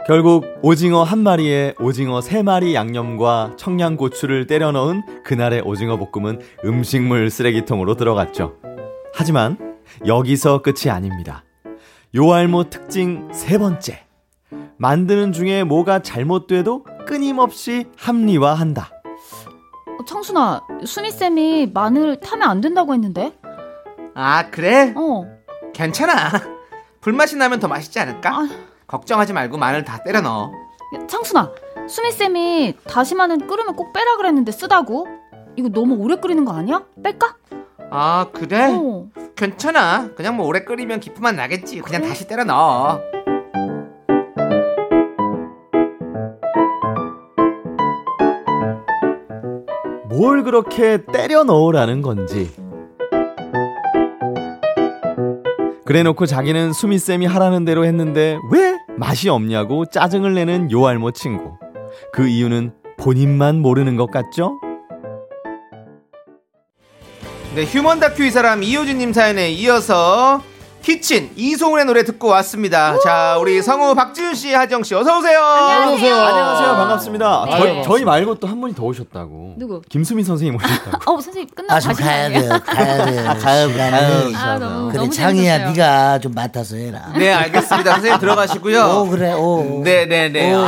Speaker 8: 결국 오징어 한 마리에 오징어 세 마리 양념과 청양고추를 때려 넣은 그날의 오징어 볶음은 음식물 쓰레기통으로 들어갔죠. 하지만 여기서 끝이 아닙니다. 요알모 특징 세 번째. 만드는 중에 뭐가 잘못돼도 끊임없이 합리화한다.
Speaker 10: 어, 창순아 수미쌤이 마늘 타면 안 된다고 했는데
Speaker 2: 아 그래?
Speaker 10: 어
Speaker 2: 괜찮아 불맛이 나면 더 맛있지 않을까? 걱정하지 말고 마늘 다 때려넣어
Speaker 10: 야, 창순아 수미쌤이 다시마는 끓으면 꼭 빼라 그랬는데 쓰다고 이거 너무 오래 끓이는 거 아니야? 뺄까?
Speaker 2: 아 그래?
Speaker 10: 어.
Speaker 2: 괜찮아 그냥 뭐 오래 끓이면 기포만 나겠지 그냥 다시 때려넣어
Speaker 8: 뭘 그렇게 때려 넣으라는 건지. 그래놓고 자기는 수미쌤이 하라는 대로 했는데 왜 맛이 없냐고 짜증을 내는 요알모 친구. 그 이유는 본인만 모르는 것 같죠?
Speaker 2: 네, 휴먼 다큐 이 사람 이효진님 사연에 이어서 키친 이소은의 노래 듣고 왔습니다. 자, 우리 성우 박지윤 씨, 하정 씨, 어서 오세요.
Speaker 8: 안녕하세요. 어서 오세요. 안녕하세요. 반갑습니다.
Speaker 2: 네.
Speaker 8: 저-
Speaker 2: 아유,
Speaker 8: 저희 말고 또 한 분이 더 오셨다고.
Speaker 10: 누구?
Speaker 8: 김수민 선생님 오셨다고.
Speaker 10: 아, 어 선생님 끝나고
Speaker 9: 아, 좀
Speaker 10: 다시
Speaker 9: 가야
Speaker 10: 가야
Speaker 9: 돼요. 가야 돼요. 가야
Speaker 2: 아유,
Speaker 9: 돼요.
Speaker 10: 아, 너무-
Speaker 9: 그래
Speaker 10: 너무
Speaker 9: 창희야,
Speaker 10: 재밌었어요.
Speaker 9: 네가 좀 맡아서 해라.
Speaker 2: 네, 알겠습니다. 선생님 들어가시고요.
Speaker 9: 오 그래. 어. 오.
Speaker 2: 네, 네, 네.
Speaker 9: 오,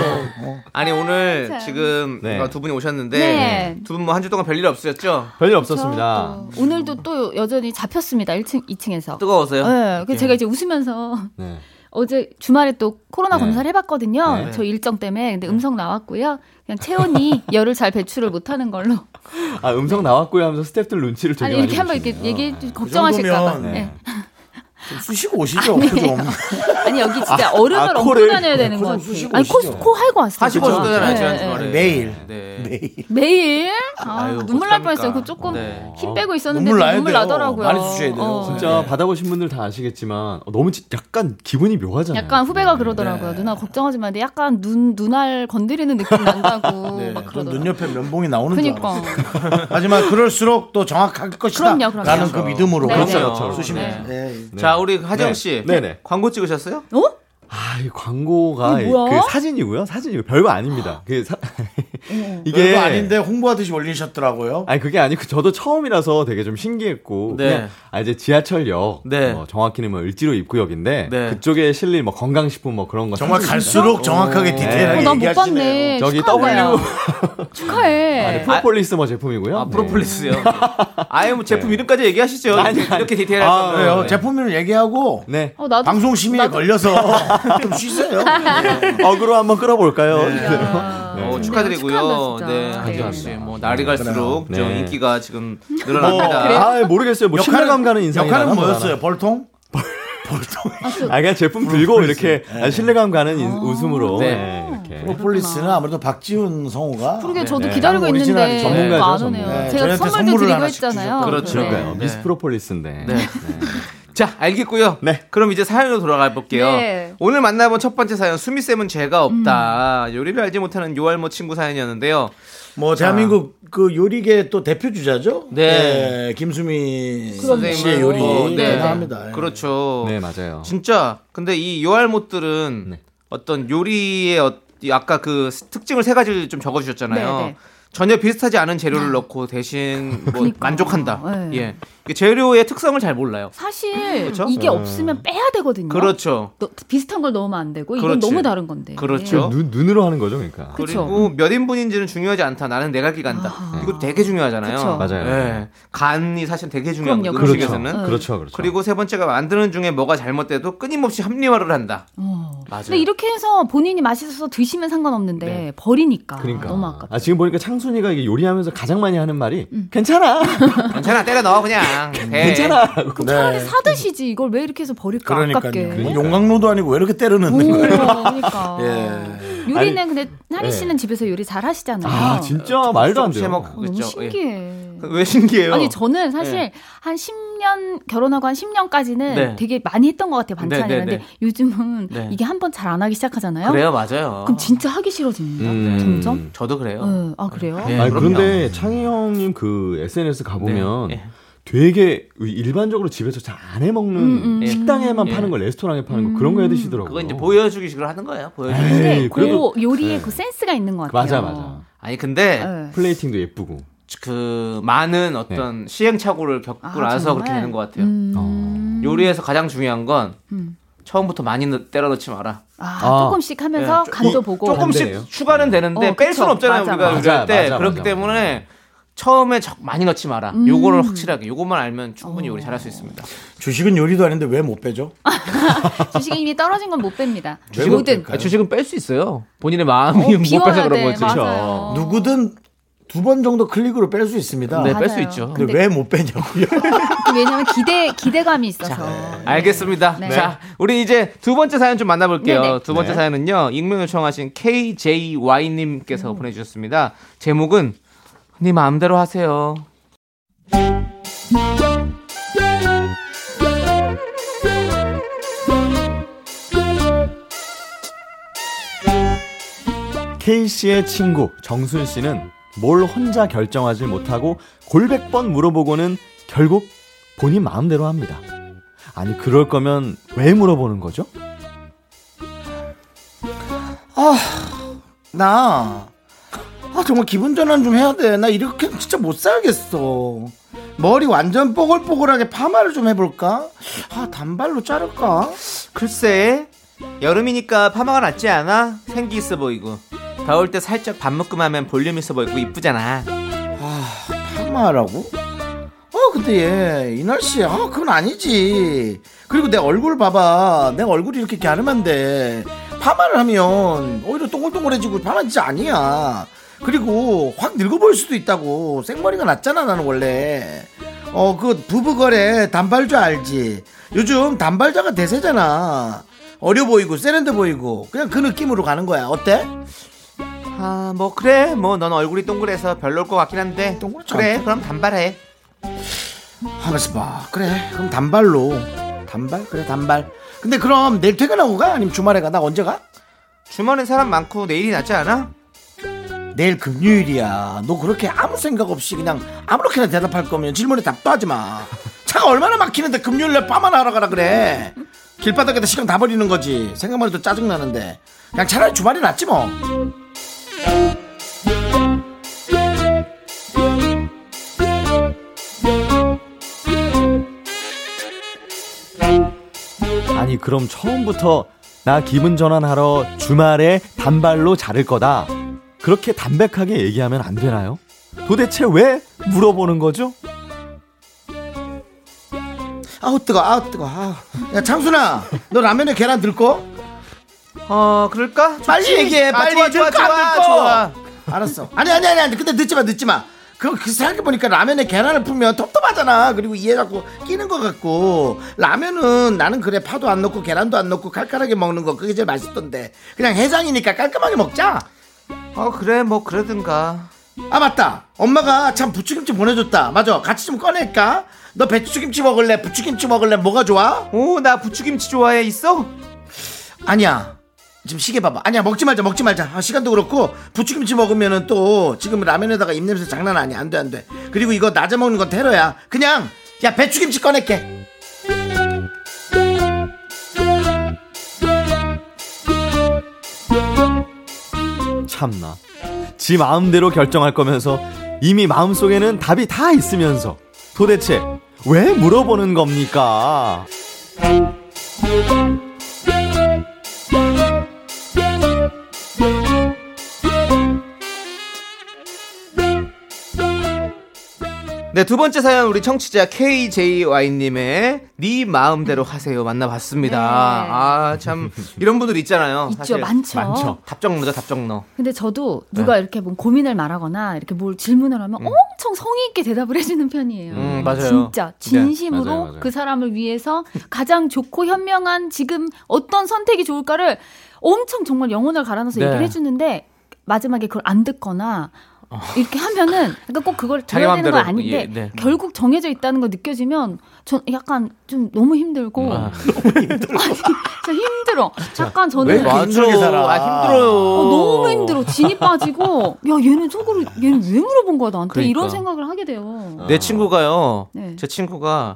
Speaker 2: 아니 오늘 지금 어, 두 분이 오셨는데
Speaker 10: 네.
Speaker 2: 두 분 뭐 한 주 동안 별일 없으셨죠?
Speaker 8: 별일
Speaker 10: 없었습니다. 오늘도 또 여전히 잡혔습니다. 1층, 2층에서.
Speaker 2: 뜨거워서요?
Speaker 10: 네. 그
Speaker 2: 예.
Speaker 10: 제가 이제 웃으면서
Speaker 8: 네.
Speaker 10: 어제 주말에 또 코로나 검사를 해봤거든요.
Speaker 2: 네.
Speaker 10: 저 일정 때문에. 근데 음성 나왔고요. 그냥 체온이 열을 잘 배출을 못하는 걸로.
Speaker 8: 아, 음성 나왔고요 하면서 스태프들 눈치를 되게
Speaker 10: 아니,
Speaker 8: 많이
Speaker 10: 이렇게 한번 이렇게 예. 얘기해, 걱정하실까봐.
Speaker 8: 정도면, 네.
Speaker 1: 좀 쑤시고 오시죠. 코 좀.
Speaker 10: 아니, 여기 진짜
Speaker 1: 아,
Speaker 10: 얼음을
Speaker 1: 아,
Speaker 10: 얹고
Speaker 1: 코를.
Speaker 10: 다녀야 되는
Speaker 1: 코좀
Speaker 10: 거
Speaker 1: 쑤시고
Speaker 10: 같아요. 아니, 코,
Speaker 1: 오시죠.
Speaker 10: 코 할고 왔어요.
Speaker 2: 하시고
Speaker 10: 그죠?
Speaker 2: 오셨잖아요,
Speaker 10: 네,
Speaker 2: 지난
Speaker 10: 네.
Speaker 2: 주말에.
Speaker 1: 매일.
Speaker 2: 매일.
Speaker 10: 매일? 아,
Speaker 2: 아유,
Speaker 10: 눈물 날
Speaker 2: 어떡합니까?
Speaker 10: 뻔했어요. 그 조금
Speaker 8: 네.
Speaker 10: 힘
Speaker 8: 어.
Speaker 10: 빼고 있었는데 눈물 나더라고요. 어.
Speaker 8: 진짜 받아보신 분들 다 아시겠지만 어, 너무 지- 약간 기분이 묘하잖아요.
Speaker 10: 약간 후배가 그러더라고요. 누나 걱정하지 마. 근데 약간 눈 눈알 건드리는 느낌 난다고. 어, 막
Speaker 1: 그럼 네. 눈 옆에 면봉이 나오는 줄
Speaker 10: 그러니까.
Speaker 1: 알았어요. 하지만 그럴수록 또 정확할 것이다.
Speaker 10: 그럼요, 그럼요.
Speaker 1: 라는 그 믿음으로
Speaker 10: 네,
Speaker 2: 그렇죠, 네. 그렇죠.
Speaker 1: 쑤시면
Speaker 2: 네.
Speaker 1: 네.
Speaker 2: 자, 우리 하정 씨.
Speaker 8: 네, 네.
Speaker 2: 광고 찍으셨어요?
Speaker 10: 어?
Speaker 8: 아, 이 광고가
Speaker 1: 이게 뭐야?
Speaker 8: 그 사진이고요. 사진이고 별거 아닙니다. 그 사-
Speaker 1: 이게
Speaker 8: 이게-
Speaker 1: 아닌데 홍보하듯이 올리셨더라고요.
Speaker 8: 아니 그게 아니고 저도 처음이라서 되게 좀 신기했고
Speaker 1: 네.
Speaker 8: 그냥 아 이제 지하철역 뭐 정확히는 뭐 을지로 입구역인데
Speaker 1: 네.
Speaker 8: 그쪽에 실릴 뭐 건강식품 뭐 그런 거
Speaker 1: 정말
Speaker 8: 사진이
Speaker 1: 갈수록
Speaker 8: 있어요.
Speaker 1: 정확하게 디테일하게
Speaker 10: 어, 난못 봤네.
Speaker 8: 저기
Speaker 10: 축하하네요.
Speaker 8: W
Speaker 10: 축하해.
Speaker 8: 아니, 프로폴리스 뭐 제품이고요. 아,
Speaker 2: 프로폴리스요. 아예 뭐 제품 이름까지 얘기하시죠. 이렇게 디테일할
Speaker 1: 아,
Speaker 2: 거면.
Speaker 1: 그래요.
Speaker 2: 네.
Speaker 1: 제품을 얘기하고
Speaker 8: 네.
Speaker 10: 어, 나도-
Speaker 1: 방송 심의에 걸려서 좀 쉬세요. 네.
Speaker 8: 어그로 한번 끌어볼까요?
Speaker 2: 어, 축하드리고요.
Speaker 8: 아, 축하한다, 진짜.
Speaker 2: 네, 하지영 씨, 뭐 날이 갈수록
Speaker 8: 네.
Speaker 2: 좀 인기가 지금 늘어납니다.
Speaker 8: 아 모르겠어요. 뭐 신뢰감 가는 인상이
Speaker 1: 역할은
Speaker 8: 나나
Speaker 1: 뭐였어요?
Speaker 8: 뭐나.
Speaker 1: 벌통?
Speaker 8: 아 그냥 제품 들고 이렇게 아, 신뢰감 가는 인- 웃음으로 네, 이렇게.
Speaker 1: 네. 프로폴리스는 아무래도 박지훈 성우가 네.
Speaker 10: 그러게 저도 기다리고
Speaker 1: 한국
Speaker 10: 있는데
Speaker 1: 오리지널이
Speaker 8: 전문가죠,
Speaker 10: 뭐안
Speaker 8: 전문가.
Speaker 10: 오네요.
Speaker 8: 네,
Speaker 10: 제가
Speaker 8: 저희한테
Speaker 10: 선물도
Speaker 8: 선물을
Speaker 10: 드리고
Speaker 8: 하나씩
Speaker 10: 했잖아요.
Speaker 2: 그렇죠.
Speaker 8: 그러니까요.
Speaker 2: 네.
Speaker 8: 미스 프로폴리스인데.
Speaker 2: 네. 자, 알겠고요.
Speaker 1: 네.
Speaker 2: 그럼 이제 사연으로 돌아가 볼게요.
Speaker 10: 네.
Speaker 2: 오늘 만나본 첫 번째 사연, 수미쌤은 죄가
Speaker 8: 음.
Speaker 2: 없다. 요리를 알지 못하는 요알모 친구 사연이었는데요.
Speaker 1: 뭐 대한민국 그 요리계 또 대표 주자죠?
Speaker 2: 네.
Speaker 1: 네, 김수미
Speaker 2: 선생님은
Speaker 1: 씨의 요리
Speaker 2: 뭐, 네.
Speaker 1: 대단합니다. 예.
Speaker 2: 그렇죠.
Speaker 8: 네 맞아요.
Speaker 2: 진짜 근데 이
Speaker 1: 네.
Speaker 2: 요알못들은 어떤 요리의 어- 이 아까 그 특징을 세 가지를 좀 적어주셨잖아요.
Speaker 8: 네, 네.
Speaker 2: 전혀 비슷하지 않은 재료를 넣고 대신 뭐 만족한다.
Speaker 8: 네.
Speaker 2: 예. 그 재료의 특성을 잘 몰라요.
Speaker 10: 사실
Speaker 2: 그렇죠?
Speaker 10: 이게
Speaker 2: 음.
Speaker 10: 없으면 빼야 되거든요.
Speaker 2: 그렇죠.
Speaker 10: 너- 비슷한 걸 넣으면 안 되고 이건
Speaker 2: 그렇지.
Speaker 10: 너무 다른 건데.
Speaker 2: 그렇죠.
Speaker 10: 예.
Speaker 8: 눈, 눈으로 하는 거죠, 그러니까.
Speaker 10: 그쵸. 음.
Speaker 2: 그리고 몇 인분인지는 중요하지 않다. 나는 내갈 길 간다. 이거 되게 중요하잖아요.
Speaker 8: 그쵸. 맞아요.
Speaker 2: 예. 간이 사실 되게 중요한
Speaker 8: 그럼요,
Speaker 2: 거예요.
Speaker 8: 그렇죠.
Speaker 2: 음식에서는.
Speaker 8: 네. 그렇죠, 그렇죠.
Speaker 2: 리고세 번째가 만드는 중에 뭐가 잘못돼도 끊임없이 합리화를 한다. 맞아요.
Speaker 10: 어. 근데 이렇게 해서 본인이 맛있어서 드시면 상관없는데 버리니까
Speaker 8: 그러니까.
Speaker 10: 너무 아깝.
Speaker 8: 아, 지금 보니까 창순이가 이게 요리하면서 가장 많이 하는 말이
Speaker 10: 음.
Speaker 8: 괜찮아.
Speaker 2: 괜찮아. 때려 넣어 그냥.
Speaker 8: 괜찮아.
Speaker 10: 그럼 차라리
Speaker 8: 네.
Speaker 10: 사 드시지 이걸 왜 이렇게 해서 버릴까 아깝게.
Speaker 1: 네. 그러니까요. 용광로도 아니고 왜 이렇게 때려 넣는
Speaker 10: 오,
Speaker 1: 거예요?
Speaker 10: 그러니까.
Speaker 1: 예.
Speaker 10: 요리는 근데
Speaker 1: 예.
Speaker 10: 하리 씨는 집에서 요리 잘 하시잖아요.
Speaker 8: 진짜 말도 안 돼요.
Speaker 2: 어,
Speaker 10: 너무 음,
Speaker 2: 그렇죠.
Speaker 10: 신기해.
Speaker 2: 예. 왜 신기해요?
Speaker 10: 아니 저는 사실
Speaker 2: 그, 예.
Speaker 10: 한 10년 결혼하고 한 10년까지는
Speaker 2: 네.
Speaker 10: 되게 많이 했던 것 같아요 반찬이.
Speaker 2: 네, 네,
Speaker 10: 근데
Speaker 2: 네.
Speaker 10: 요즘은
Speaker 2: 네.
Speaker 10: 이게 한 번 잘 안 하기 시작하잖아요.
Speaker 2: 그래요, 음. 맞아요.
Speaker 10: 그럼 진짜 하기 싫어집니다. 점점.
Speaker 2: 저도 그래요.
Speaker 10: 예, 아 그래요?
Speaker 2: 네.
Speaker 8: 아니, 그런데 창희 형님 그 SNS 가보면 되게 일반적으로 집에서 잘 안 해먹는
Speaker 2: 음, 음.
Speaker 8: 식당에만
Speaker 2: 예.
Speaker 8: 파는 거, 레스토랑에 파는
Speaker 10: 음.
Speaker 8: 거 그런 거 해드시더라고요.
Speaker 2: 그거 이제 보여주기식으로 하는 거예요. 보여주기.
Speaker 8: 에이,
Speaker 10: 그 요리에
Speaker 2: 네.
Speaker 10: 그 센스가 있는 것
Speaker 2: 맞아,
Speaker 10: 같아요.
Speaker 2: 맞아. 아니 근데
Speaker 10: 네.
Speaker 8: 플레이팅도 예쁘고
Speaker 2: 그 많은
Speaker 8: 네.
Speaker 2: 어떤 시행착오를 겪고
Speaker 10: 아,
Speaker 2: 나서
Speaker 10: 정말?
Speaker 2: 그렇게 되는 것 같아요.
Speaker 10: 음.
Speaker 8: 어.
Speaker 2: 요리에서 가장 중요한 건
Speaker 10: 음.
Speaker 2: 처음부터 많이 넣- 때려 넣지 마라.
Speaker 10: 아, 조금씩 하면서 간도 보고.
Speaker 2: 네. 조금씩
Speaker 10: 반대예요.
Speaker 2: 추가는 되는데
Speaker 10: 어,
Speaker 2: 뺄
Speaker 10: 그쵸.
Speaker 2: 수는 없잖아요
Speaker 10: 맞아,
Speaker 2: 우리가
Speaker 10: 맞아.
Speaker 2: 요리할 때
Speaker 10: 맞아, 맞아,
Speaker 2: 그렇기
Speaker 10: 맞아.
Speaker 2: 때문에 처음에 어. 적 많이 넣지 마라.
Speaker 10: 음.
Speaker 2: 요거를 확실하게 요것만 알면 충분히 요리 잘할 수 있습니다.
Speaker 1: 주식은 요리도 아닌데 왜 못 빼죠?
Speaker 10: 주식이 이미 떨어진 건 못 뺍니다.
Speaker 2: 주식은-
Speaker 10: 뭐든
Speaker 2: 아, 주식은 뺄 수 있어요. 본인의 마음이
Speaker 10: 어,
Speaker 2: 못
Speaker 10: 비워야
Speaker 2: 빼서 그런
Speaker 10: 돼,
Speaker 2: 거지.
Speaker 10: 맞아요.
Speaker 1: 누구든 두 번 정도 클릭으로 뺄 수 있습니다.
Speaker 2: 네, 뺄수 맞아요. 있죠.
Speaker 1: 근데
Speaker 2: 근데-
Speaker 1: 왜 못 빼냐고요?
Speaker 10: 그 왜냐면 기대 기대감이 있어서.
Speaker 2: 알겠습니다.
Speaker 10: 네.
Speaker 2: 자, 우리 이제 두 번째 사연 좀 만나볼게요.
Speaker 10: 네네.
Speaker 2: 두 번째
Speaker 10: 네.
Speaker 2: 사연은요, 익명 요청하신 KJY님께서 보내주셨습니다. 제목은, 네 마음대로 하세요.
Speaker 8: K 씨의 친구 정순 씨는 뭘 혼자 결정하지 못하고 골백 번 물어보고는 결국 본인 마음대로 합니다. 아니 그럴 거면 왜 물어보는 거죠?
Speaker 1: 아, 나, 아, 정말 기분 전환 좀 해야 돼. 나 이렇게 진짜 못 살겠어. 머리 완전 뽀글뽀글하게 파마를 좀 해볼까? 아, 단발로 자를까?
Speaker 2: 글쎄, 여름이니까 파마가 낫지 않아? 생기 있어 보이고. 더울 때 살짝 밥 묶음하면 볼륨 있어 보이고 이쁘잖아.
Speaker 1: 파마라고? 아, 근데 얘, 이 날씨에, 아, 그건 아니지. 그리고 내 얼굴 봐봐. 내 얼굴이 이렇게 갸름한데, 파마를 하면 오히려 동글동글해지고, 파마 진짜 아니야. 그리고 확 늙어 보일 수도 있다고. 생머리가 낫잖아, 나는 원래. 어, 그 부부거래 단발자 알지? 요즘 단발자가 대세잖아. 어려 보이고, 세련돼 보이고, 그냥 그 느낌으로 가는 거야. 어때?
Speaker 2: 아, 뭐, 그래. 뭐, 넌 얼굴이 동그래서 별로일 것 같긴 한데. 그래, 그럼 단발해.
Speaker 1: 하면서 봐. 그래. 그럼 단발로. 단발? 그래, 단발. 근데 그럼 내일 퇴근하고 가? 아니면 주말에 가? 나 언제 가?
Speaker 2: 주말엔 사람 많고 내일이 낫지 않아?
Speaker 1: 내일 금요일이야. 너 그렇게 아무 생각 없이 그냥 아무렇게나 대답할 거면 질문에 답도 하지 마. 차가 얼마나 막히는데 금요일 날 밤만 하러 가라 그래. 길바닥에다 시간 다 버리는 거지. 생각만 해도 짜증나는데. 그냥 차라리 주말이 낫지 뭐.
Speaker 8: 아니 그럼 처음부터 나 기분 전환하러 주말에 단발로 자를 거다. 그렇게 담백하게 얘기하면 안 되나요? 도대체 왜 물어보는 거죠?
Speaker 1: 아우, 뜨거, 아우, 뜨거. 아우. 야, 창순아. 너 라면에 계란 넣을 거?
Speaker 2: 어, 그럴까?
Speaker 1: 빨리
Speaker 2: 좋지.
Speaker 1: 얘기해.
Speaker 2: 아,
Speaker 1: 빨리
Speaker 2: 좋아, 좋아,
Speaker 1: 넣을까? 안
Speaker 2: 좋아,
Speaker 1: 넣을까? 알았어. 아니 아니 아니. 아니. 근데 늦지 마 늦지 마. 그거 그 생각해 보니까 라면에 계란을 풀면 텁텁하잖아. 그리고 이해 자꾸 끼는 것 같고 라면은 나는 그래 파도 안 넣고 계란도 안 넣고 칼칼하게 먹는 거 그게 제일 맛있던데. 그냥 해장이니까 깔끔하게 먹자.
Speaker 2: 어 그래 뭐 그러든가.
Speaker 1: 아 맞다. 엄마가 참 부추김치 보내줬다. 맞아. 같이 좀 꺼낼까? 너 배추김치 먹을래? 부추김치 먹을래? 뭐가 좋아?
Speaker 2: 오 나 부추김치 좋아해 있어?
Speaker 1: 아니야. 지금 시계 봐봐. 아니야, 먹지 말자, 먹지 말자. 아, 시간도 그렇고, 부추김치 먹으면은 또, 지금 라면에다가 입냄새 장난 아니야. 안 돼, 안 돼. 그리고 이거 낮에 먹는 건 테러야. 그냥, 야, 배추김치 꺼낼게.
Speaker 8: 참나. 지 마음대로 결정할 거면서 이미 마음속에는 답이 다 있으면서 도대체 왜 물어보는 겁니까?
Speaker 2: 네, 두 번째 사연 우리 청취자 KJY님의 네 마음대로 하세요 만나봤습니다. 아, 참 이런 분들 있잖아요.
Speaker 10: 네. 있죠, 많죠. 많죠.
Speaker 2: 답정 너죠, 답정 너.
Speaker 10: 근데 저도
Speaker 2: 네.
Speaker 10: 누가 이렇게 뭔 고민을 말하거나 이렇게 뭘 질문을 하면 엄청 성의 있게 대답을 해주는 편이에요.
Speaker 2: 음, 맞아요.
Speaker 10: 진짜
Speaker 2: 네,
Speaker 10: 진심으로
Speaker 2: 맞아요, 맞아요.
Speaker 10: 그 사람을 위해서 가장 좋고 현명한 지금 어떤 선택이 좋을까를 엄청 정말 영혼을 갈아넣어서
Speaker 2: 네.
Speaker 10: 얘기를 해주는데 마지막에 그걸 안 듣거나 이렇게 하면은 그러니까 꼭 그걸
Speaker 2: 어. 자기
Speaker 10: 들어야 되는 건
Speaker 2: 마음대로,
Speaker 10: 아닌데
Speaker 2: 예, 네.
Speaker 10: 결국 정해져 있다는 거 느껴지면 전 약간 좀 너무 힘들고
Speaker 2: 아.
Speaker 10: 진짜 힘들어. 약간 저는
Speaker 2: 왜 이렇게 맞아. 힘들게 살아? 아, 힘들어요.
Speaker 10: 어, 너무 힘들어. 진이 빠지고 야 얘는 속으로 얘는 왜 물어본 거야 나한테 이런
Speaker 2: 그러니까.
Speaker 10: 생각을 하게 돼요.
Speaker 2: 아. 내 친구가요.
Speaker 10: 네.
Speaker 2: 제 친구가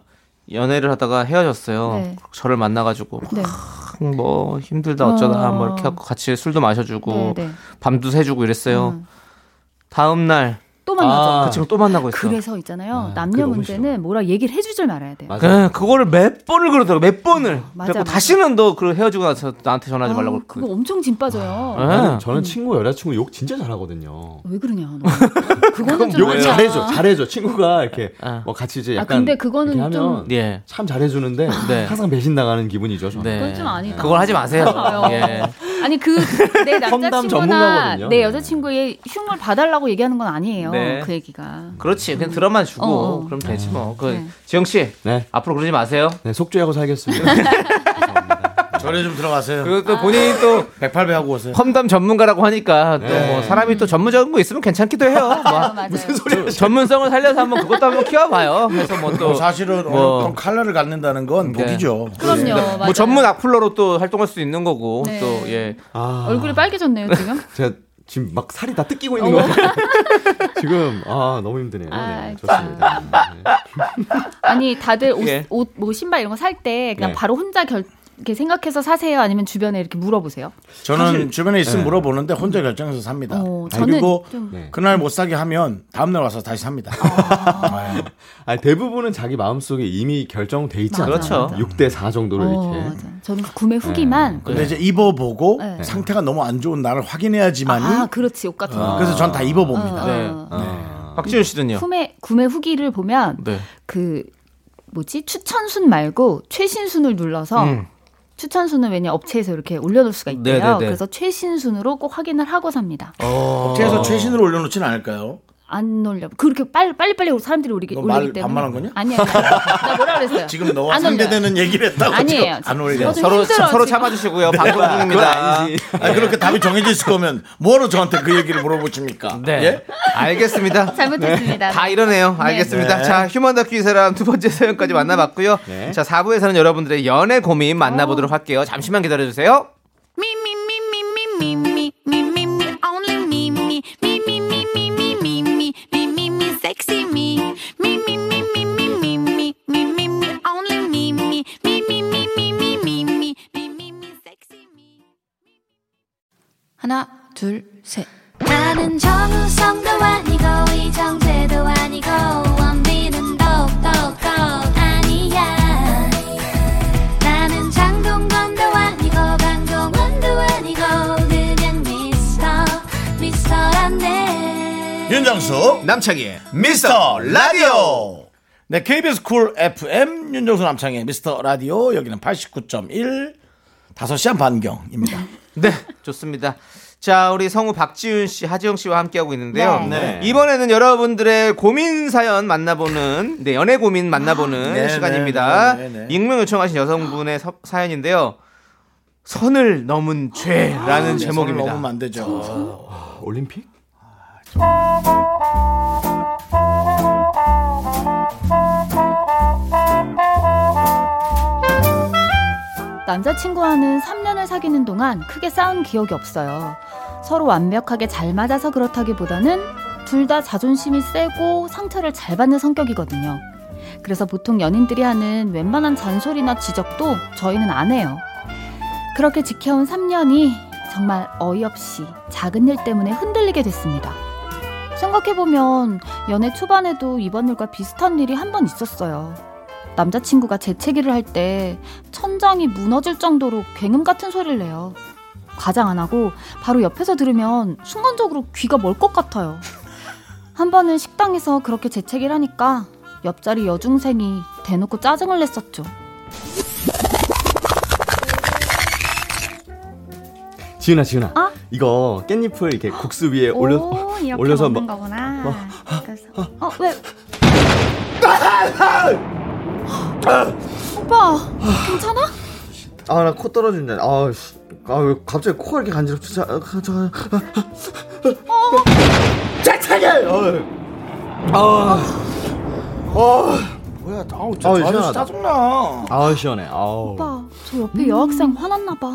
Speaker 2: 연애를 하다가 헤어졌어요.
Speaker 10: 네.
Speaker 2: 저를 만나가지고
Speaker 10: 네.
Speaker 2: 막 뭐 힘들다 어쩌다
Speaker 10: 어.
Speaker 2: 뭐 이렇게 하고 같이 술도 마셔주고
Speaker 10: 네, 네.
Speaker 2: 밤도 새주고 이랬어요. 다음 날
Speaker 10: 또 만나죠.
Speaker 2: 그 친구 또 만나고 있어.
Speaker 10: 아. 그래서 있잖아요. 남녀 문제는 뭐라 얘기를 해주질 말아야 돼요.
Speaker 2: 그, 그거를 몇 번을 그러더라고 몇 번을
Speaker 10: 맞아,
Speaker 2: 그래고
Speaker 10: 맞아.
Speaker 2: 다시는 너 그 헤어지고 나서 나한테 전화하지 말라고 예. 그
Speaker 10: 아, 그거 아, 엄청 진 빠져요.
Speaker 8: 나는 저는 친구 여자친구 욕 진짜 잘하거든요.
Speaker 10: 왜 그러냐.
Speaker 8: 그건
Speaker 10: 좀
Speaker 8: 욕을
Speaker 10: 아니야.
Speaker 8: 잘해줘, 잘해줘. 친구가 이렇게 뭐 같이 이제
Speaker 10: 아, 예.
Speaker 8: 약간
Speaker 10: 근데 그거는
Speaker 8: 이렇게 하면
Speaker 2: 예.
Speaker 10: 좀- 아.
Speaker 8: 참 잘해주는데
Speaker 10: 네.
Speaker 8: 항상 배신 나가는 기분이죠. 저는.
Speaker 2: 네.
Speaker 10: 그건 좀 아니다.
Speaker 8: 그걸 하지 마세요.
Speaker 10: 맞아요.
Speaker 8: 예.
Speaker 10: 아니 그 내 남자친구나
Speaker 2: 전문가거든요.
Speaker 10: 내 여자친구의 흉을 봐달라고 얘기하는 건 아니에요.
Speaker 2: 네.
Speaker 10: 그 얘기가.
Speaker 2: 그렇지 그냥 드럼만 주고
Speaker 10: 어, 어.
Speaker 2: 그럼 되지 뭐그
Speaker 10: 네.
Speaker 2: 지영 씨 앞으로 그러지 마세요
Speaker 8: 네 속죄하고 살겠습니다
Speaker 10: 네.
Speaker 1: 전에 좀 들어가세요.
Speaker 2: 그리고
Speaker 10: 아.
Speaker 2: 또 본인이 또
Speaker 1: 108배 하고 오세요.
Speaker 2: 험담 전문가라고 하니까 또 뭐 사람이 또 전문적인 거 있으면 괜찮기도 해요
Speaker 10: 아,
Speaker 2: 뭐 무슨 소리 전문성을 살려서 한번 그것도 한번 키워봐요 그래서 뭐또
Speaker 1: 사실은
Speaker 2: 뭐-
Speaker 1: 어떤 칼날을 갖는다는 건 복이죠.
Speaker 10: 네. 그럼요. 맞아요.
Speaker 2: 뭐 전문 악플러로 또 활동할 수 있는 거고
Speaker 10: 네.
Speaker 2: 또 예.
Speaker 10: 얼굴이 빨개졌네요 지금.
Speaker 8: 아, 제가 지금 막 살이 다 뜯기고 있는 거예요. 지금 아 너무 힘드네요.
Speaker 10: 어. 아,
Speaker 8: 네, 좋습니다.
Speaker 10: 아니 다들 옷,
Speaker 8: 예.
Speaker 10: 옷, 뭐 신발 이런 거 살 때 그냥
Speaker 1: 네.
Speaker 10: 바로 혼자 결 이렇게 생각해서 사세요 아니면 주변에 이렇게 물어보세요.
Speaker 1: 저는 주변에 있으면
Speaker 8: 네.
Speaker 1: 물어보는데 혼자 결정해서 삽니다.
Speaker 10: 어,
Speaker 1: 아,
Speaker 10: 저는
Speaker 1: 그리고
Speaker 10: 좀-
Speaker 1: 그날 못 사게 하면 다음날 와서 다시 삽니다.
Speaker 10: 아.
Speaker 1: 네.
Speaker 8: 아니, 대부분은 자기 마음속에 이미 결정돼 있지 않아요.
Speaker 2: 그렇죠.
Speaker 1: 맞아, 맞아.
Speaker 8: 6대 4 정도로
Speaker 10: 어,
Speaker 8: 이렇게.
Speaker 10: 맞아. 저는 구매 후기만.
Speaker 1: 근데 이제 입어보고
Speaker 10: 네.
Speaker 1: 상태가 너무 안 좋은 나를 확인해야지만.
Speaker 10: 아 그렇지 옷 같은 거. 그러니까
Speaker 1: 그래서 전 다 입어봅니다. 네.
Speaker 2: 네. 박지윤 씨는요?
Speaker 10: 구매 구매 후기를 보면
Speaker 2: 네.
Speaker 10: 그 뭐지 추천순 말고 최신순을 눌러서
Speaker 2: 음.
Speaker 10: 추천순은 왜냐 업체에서 이렇게 올려놓을 수가 있대요.
Speaker 1: 네네네. 어.
Speaker 10: 그래서 최신순으로 꼭 확인을 하고 삽니다. 어.
Speaker 1: 업체에서 최신으로 올려놓진 않을까요?
Speaker 10: 안 올려 그렇게 빨리 빨리 빨리 사람들이 올리기
Speaker 1: 너
Speaker 10: 올리기
Speaker 1: 말
Speaker 10: 때문에
Speaker 1: 반말한 거냐?
Speaker 10: 아니야. 나 뭐라 그랬어요?
Speaker 1: 지금 너와
Speaker 10: 안 올려요.
Speaker 1: 상대되는 얘기를 했다고
Speaker 10: 아니에요.
Speaker 1: 지금 안 올려.
Speaker 10: 저 지금 서로- 힘들어, 서로 지금.
Speaker 2: 참아주시고요.
Speaker 10: 방송
Speaker 2: 중입니다.
Speaker 1: 네. 아니, 그렇게 답이 정해져 있을 거면 뭐로 저한테 그 얘기를 물어보십니까?
Speaker 2: 네. 알겠습니다.
Speaker 10: 잘못했습니다.
Speaker 2: 네. 다 이러네요.
Speaker 10: 네.
Speaker 2: 알겠습니다.
Speaker 1: 네.
Speaker 2: 자, 휴먼 다큐 이 사람 두 번째 사연까지 만나봤고요. 자, 4부에서는 여러분들의 연애 고민
Speaker 10: 어.
Speaker 2: 만나보도록 할게요. 잠시만 기다려주세요.
Speaker 5: me, me, me, me, me, only me, me, me, me, me, me, me, me, me, me, me, me, sexy me, me, me, me, me, me, me, me, me, me, me, only me, me, me, me, me, me, me, me, me, me, me, me, sexy me.
Speaker 11: 하나, 둘, 셋.
Speaker 6: 나는 정우성도 아니고 이정재도 아니고 원빈은 더욱더 아니야 나는 장동건도 아니고 강동원도 아니고 그냥 미스터 미스터란데
Speaker 1: 윤정수 남창희의 미스터 라디오 네 KBS 쿨 FM 윤정수 남창희의 미스터 라디오 여기는 89.1 5시 한 반경입니다
Speaker 2: 네, 좋습니다. 자, 우리 성우 박지윤 씨, 하지영 씨와 함께하고 있는데요.
Speaker 1: 네. 네.
Speaker 2: 이번에는 여러분들의 고민 사연 만나보는, 네, 연애 고민 만나보는
Speaker 1: 네,
Speaker 2: 시간입니다.
Speaker 1: 네, 네, 네, 네.
Speaker 2: 익명 요청하신 여성분의 서- 사연인데요. 선을 넘은 죄라는
Speaker 1: 네,
Speaker 2: 제목입니다.
Speaker 1: 선을 넘으면 안 되죠.
Speaker 8: 어, 올림픽?
Speaker 10: 남자친구와는 3년을 사귀는 동안 크게 싸운 기억이 없어요. 서로 완벽하게 잘 맞아서 그렇다기보다는 둘 다 자존심이 세고 상처를 잘 받는 성격이거든요. 그래서 보통 연인들이 하는 웬만한 잔소리나 지적도 저희는 안 해요. 그렇게 지켜온 3년이 정말 어이없이 작은 일 때문에 흔들리게 됐습니다. 생각해보면 연애 초반에도 이번 일과 비슷한 일이 한 번 있었어요. 남자친구가 재채기를 할 때 천장이 무너질 정도로 굉음 같은 소리를 내요. 과장 안 하고 바로 옆에서 들으면 순간적으로 귀가 멀 것 같아요. 한 번은 식당에서 그렇게 재채기를 하니까 옆자리 여중생이 대놓고 짜증을 냈었죠.
Speaker 8: 지은아, 지은아.
Speaker 11: 어?
Speaker 8: 이거 깻잎을 이렇게 국수 위에 올려
Speaker 11: 오, 이렇게
Speaker 8: 올려서 뭐
Speaker 11: 먹는
Speaker 8: 막-
Speaker 11: 거구나. 그래서
Speaker 10: 어, 왜? 오빠, 괜찮아?
Speaker 8: 아, 나 코 떨어진다. 아, 씨. 아, 왜 갑자기 코가 이렇게 간지럽지? 아, 아, 저, 아,
Speaker 9: 짜차게!
Speaker 8: 아, 아,
Speaker 9: 뭐야, 아우,
Speaker 8: 아우,
Speaker 9: 저 아저씨
Speaker 8: 시원하다.
Speaker 9: 짜증나.
Speaker 8: 아, 아, 시원해. 아우.
Speaker 10: 오빠, 저그 옆에 여학생 화났나 봐.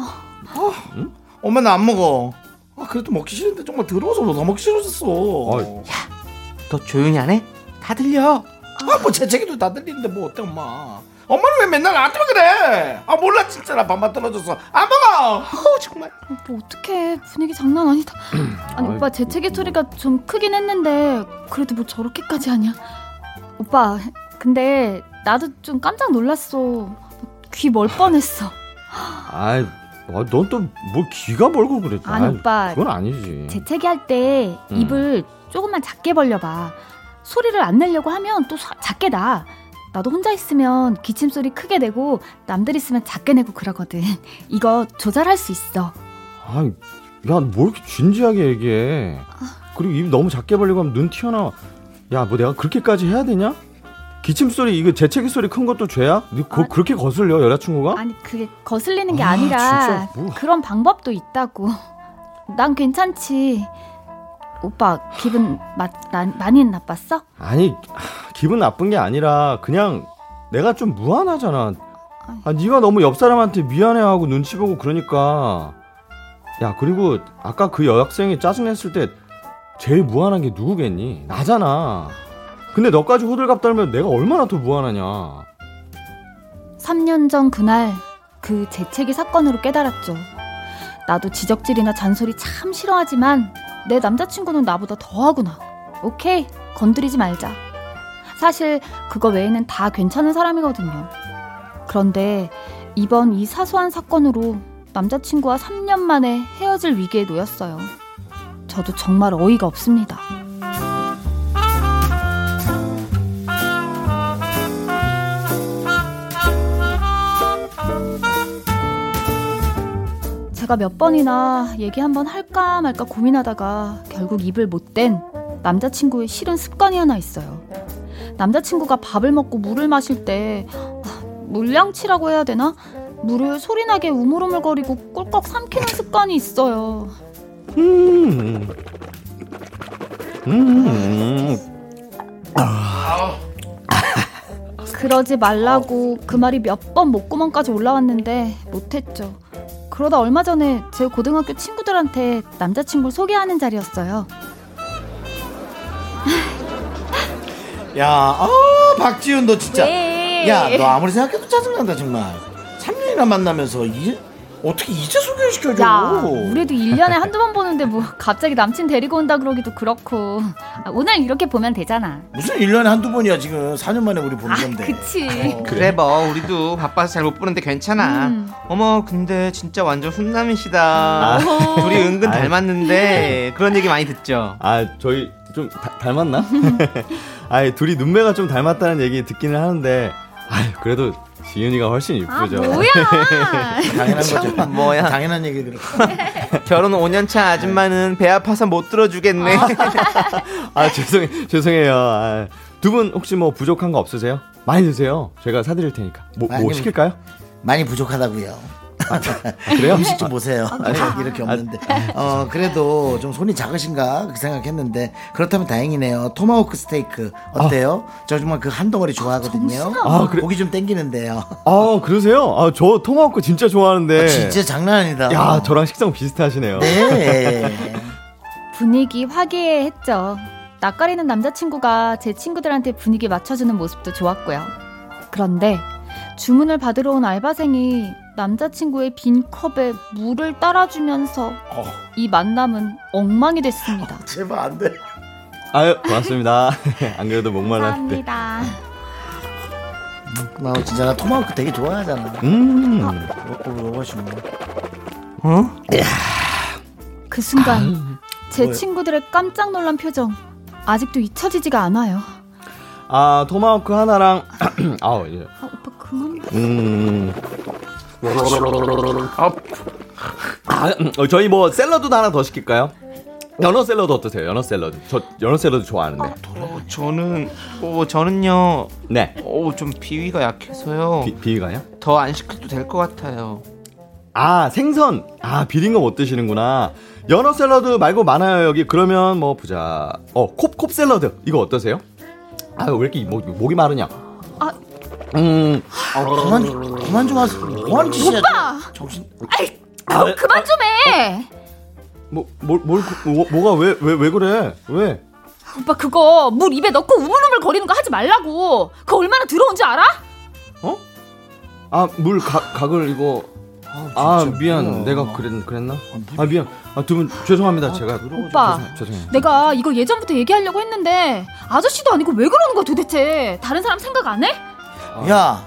Speaker 9: 엄마 나 안 먹어. 아, 그래도 먹기 싫은데 정말 더러워서 나 먹기 싫어졌어.
Speaker 2: 너 조용히 안 해?
Speaker 9: 다 들려. 아, 뭐 재채기도 다 들리는데 뭐 어때 엄마? 엄마는 왜 맨날 나한테만 그래? 아 몰라 진짜 나 밥맛 떨어져서 안 먹어. 어 정말.
Speaker 10: 오빠 뭐 어떡해 분위기 장난 아니다. 아니
Speaker 9: 아이고.
Speaker 10: 오빠 재채기 소리가 좀 크긴 했는데 그래도 뭐 저렇게까지 하냐? 오빠 근데 나도 좀 깜짝 놀랐어. 귀 멀 뻔했어.
Speaker 8: 아이, 아, 넌또뭐 귀가 멀고 그랬지?
Speaker 10: 아니, 오빠.
Speaker 8: 그건 아니지.
Speaker 10: 재채기 할 때
Speaker 8: 음.
Speaker 10: 입을 조금만 작게 벌려봐. 소리를 안 내려고 하면 또 사- 작게 나. 나도 혼자 있으면 기침 소리 크게 내고 남들 있으면 작게 내고 그러거든. 이거 조절할 수 있어.
Speaker 8: 아이, 야, 뭐 이렇게 진지하게 얘기해. 그리고 입 너무 작게 벌리고 하면 눈 튀어나와. 야, 뭐 내가 그렇게까지 해야 되냐? 기침 소리, 이거 재채기 소리 큰 것도 죄야? 네, 그, 그렇게 거슬려, 여자친구가?
Speaker 10: 아니 그게 거슬리는 게
Speaker 8: 아,
Speaker 10: 아, 니라
Speaker 8: 진짜, 뭐.
Speaker 10: 그런 방법도 있다고. 난 괜찮지. 오빠 기분 마, 나, 많이 나빴어?
Speaker 8: 아니, 하, 기분 나쁜 게 아니라 그냥 내가 좀 무안하잖아. 아, 네가 너무 옆 사람한테 미안해하고 눈치 보고 그러니까. 야, 그리고 아까 그 여학생이 짜증냈을 때 제일 무안한 게 누구겠니? 나잖아. 근데 너까지 호들갑 떨면 내가 얼마나 더 무안하냐.
Speaker 10: 3년 전 그날 그 재채기 사건으로 깨달았죠. 나도 지적질이나 잔소리 참 싫어하지만 내 남자친구는 나보다 더하구나. 오케이 건드리지 말자. 사실 그거 외에는 다 괜찮은 사람이거든요. 그런데 이번 이 사소한 사건으로 남자친구와 3년 만에 헤어질 위기에 놓였어요. 저도 정말 어이가 없습니다. 제가 몇 번이나 얘기 한번 할까 말까 고민하다가 결국 입을 못 뗀 남자친구의 싫은 습관이 하나 있어요. 남자친구가 밥을 먹고 물을 마실 때 아, 물량치라고 해야 되나? 물을 소리나게 우물우물거리고 꿀꺽 삼키는 습관이 있어요.
Speaker 8: 음. 음.
Speaker 10: 그러지 말라고 그 말이 몇 번 목구멍까지 올라왔는데 못했죠. 그러다 얼마 전에 제 고등학교 친구들한테 남자친구를 소개하는 자리였어요.
Speaker 9: 야, 아 박지윤 너 진짜.
Speaker 1: 예.
Speaker 10: 왜?
Speaker 9: 야, 너 아무리 생각해도 짜증난다 정말. 3년이나 만나면서 이 어떻게 이제 소개시켜줘?
Speaker 10: 야, 우리도 1년에 한두 번 보는데 뭐 갑자기 남친 데리고 온다 그러기도 그렇고. 아, 오늘 이렇게 보면 되잖아.
Speaker 9: 무슨 1년에 한두 번이야 지금 4년 만에 우리 보는 건데.
Speaker 10: 아, 그치.
Speaker 2: 그래 뭐 우리도 바빠서 잘 못 보는데 괜찮아. 어머 근데 진짜 완전 훈남이시다.
Speaker 1: 아.
Speaker 2: 둘이 은근
Speaker 8: 아이.
Speaker 2: 닮았는데 그런 얘기 많이 듣죠.
Speaker 8: 아, 저희 좀 다- 닮았나? 아, 둘이 눈매가 좀 닮았다는 얘기 듣기는 하는데, 아, 그래도 지윤이가 훨씬
Speaker 10: 아,
Speaker 8: 이쁘죠.
Speaker 9: 당연한 거죠.
Speaker 2: 뭐야?
Speaker 9: 당연한 얘기들.
Speaker 2: 결혼 5년차 아줌마는 배 아파서 못 들어주겠네.
Speaker 8: 아 죄송해 죄송해요. 아, 두분 혹시 뭐 부족한 거 없으세요? 많이 드세요. 제가 사드릴 테니까. 뭐, 뭐
Speaker 9: 많이
Speaker 8: 시킬까요? 아,
Speaker 9: 많이 부족하다고요.
Speaker 8: 그래요?
Speaker 9: 음식 좀 보세요. 아니, 이렇게 없는데. 어, 그래도 좀 손이 작으신가 그 생각했는데 그렇다면 다행이네요. 토마호크 스테이크 어때요? 저 정말 그 한 덩어리 좋아하거든요.
Speaker 8: 없어. 아, 그래?
Speaker 9: 고기 좀 땡기는데요.
Speaker 8: 아 그러세요? 아 저 통화하고 진짜 좋아하는데.
Speaker 9: 아, 진짜 장난 아니다.
Speaker 8: 네. 야 저랑 식성 비슷하시네요.
Speaker 9: 네.
Speaker 10: 분위기 화기애애했죠. 낯가리는 남자친구가 제 친구들한테 분위기 맞춰주는 모습도 좋았고요. 그런데 주문을 받으러 온 알바생이 남자친구의 빈 컵에 물을 따라주면서
Speaker 8: 어.
Speaker 10: 이 만남은 엉망이 됐습니다.
Speaker 8: 아,
Speaker 1: 제발 안 돼.
Speaker 8: 아유 고맙습니다. 안 그래도 목말랐는데.
Speaker 10: 감사합니다.
Speaker 1: 나 진짜 나 토마호크 되게 좋아하잖아.
Speaker 8: 음.
Speaker 1: 먹고 먹어 싶네.
Speaker 8: 어?
Speaker 10: 그 순간 제
Speaker 8: 아, 뭐예요?
Speaker 10: 친구들의 깜짝 놀란 표정 아직도 잊혀지지가 않아요.
Speaker 8: 아 토마호크 하나랑 아우 예. 음. 아, 아, 음, 어, 저희 뭐 샐러드도 하나 더 시킬까요? 연어 샐러드 어떠세요? 연어 샐러드. 저 연어 샐러드 좋아하는데.
Speaker 2: 저는 어 저는요.
Speaker 8: 네.
Speaker 2: 어좀 비위가 약해서요.
Speaker 8: 비, 위가요
Speaker 2: 더 안 시켜도 될 것 같아요.
Speaker 8: 아 생선. 아 비린 거 못 드시는구나. 연어 샐러드 말고 많아요 여기. 그러면 뭐 보자. 어콥콥 샐러드 이거 어떠세요? 아왜 이렇게 목, 목이 마르냐?
Speaker 10: 아.
Speaker 8: 음.
Speaker 1: 그만 그만 좀 하세요. 뭐하는 짓이야?
Speaker 10: 오빠!
Speaker 1: 정신.
Speaker 8: 아,
Speaker 10: 그만 좀 해!
Speaker 8: 뭐뭘뭘 뭐, 뭐가 왜 왜 왜 그래? 왜?
Speaker 10: 오빠 그거 물 입에 넣고 우물우물 거리는 거 하지 말라고. 그거 얼마나 더러운 줄 알아?
Speaker 8: 아 물 각을 이거 아, 미안 내가 그랬 그랬나? 아 미안 아 두 분 죄송합니다 제가
Speaker 10: 오빠.
Speaker 8: 죄송해요.
Speaker 10: 내가 이거 예전부터 얘기하려고 했는데 아저씨도 아니고 왜 그러는 거야 도대체? 다른 사람 생각 안 해?
Speaker 1: 야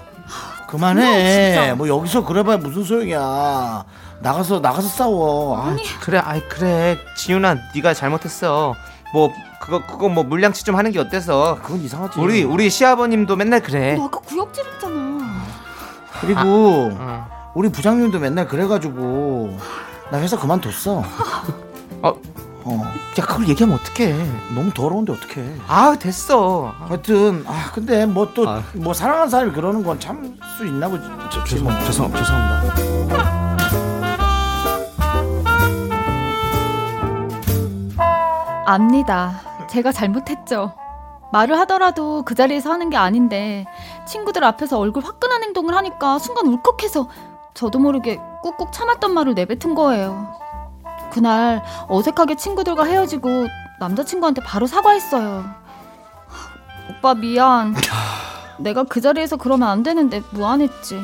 Speaker 10: 그만,
Speaker 1: 그만해.
Speaker 10: 진짜.
Speaker 1: 뭐 여기서 그래봐야 무슨 소용이야. 나가서 나가서
Speaker 9: 뭐.
Speaker 1: 싸워. 아,
Speaker 2: 그래, 아이 그래, 지윤아, 네가 잘못했어. 뭐 그거 그거 뭐 물량치 좀 하는 게 어때서?
Speaker 1: 그건 이상하지.
Speaker 2: 우리 우리 시아버님도 맨날 그래.
Speaker 10: 너 아까 구역질 했잖아.
Speaker 1: 그리고 우리 부장님도 맨날 그래가지고 나 회사 그만뒀어.
Speaker 2: 어, 야 그걸 얘기하면 어떡해?
Speaker 1: 너무 더러운데 어떡해?
Speaker 2: 아 됐어.
Speaker 1: 하여튼 아 근데 뭐 또 뭐 사랑하는 사람이 그러는 건 참을 수 있나 보지. 죄송
Speaker 8: 죄송 죄송합니다.
Speaker 10: 압니다. 제가 잘못했죠. 말을 하더라도 그 자리에서 하는 게 아닌데 친구들 앞에서 얼굴 화끈한 행동을 하니까 순간 울컥해서 저도 모르게 꾹꾹 참았던 말을 내뱉은 거예요. 그날 어색하게 친구들과 헤어지고 남자친구한테 바로 사과했어요. 오빠 미안. 내가 그 자리에서 그러면 안 되는데 무안했지.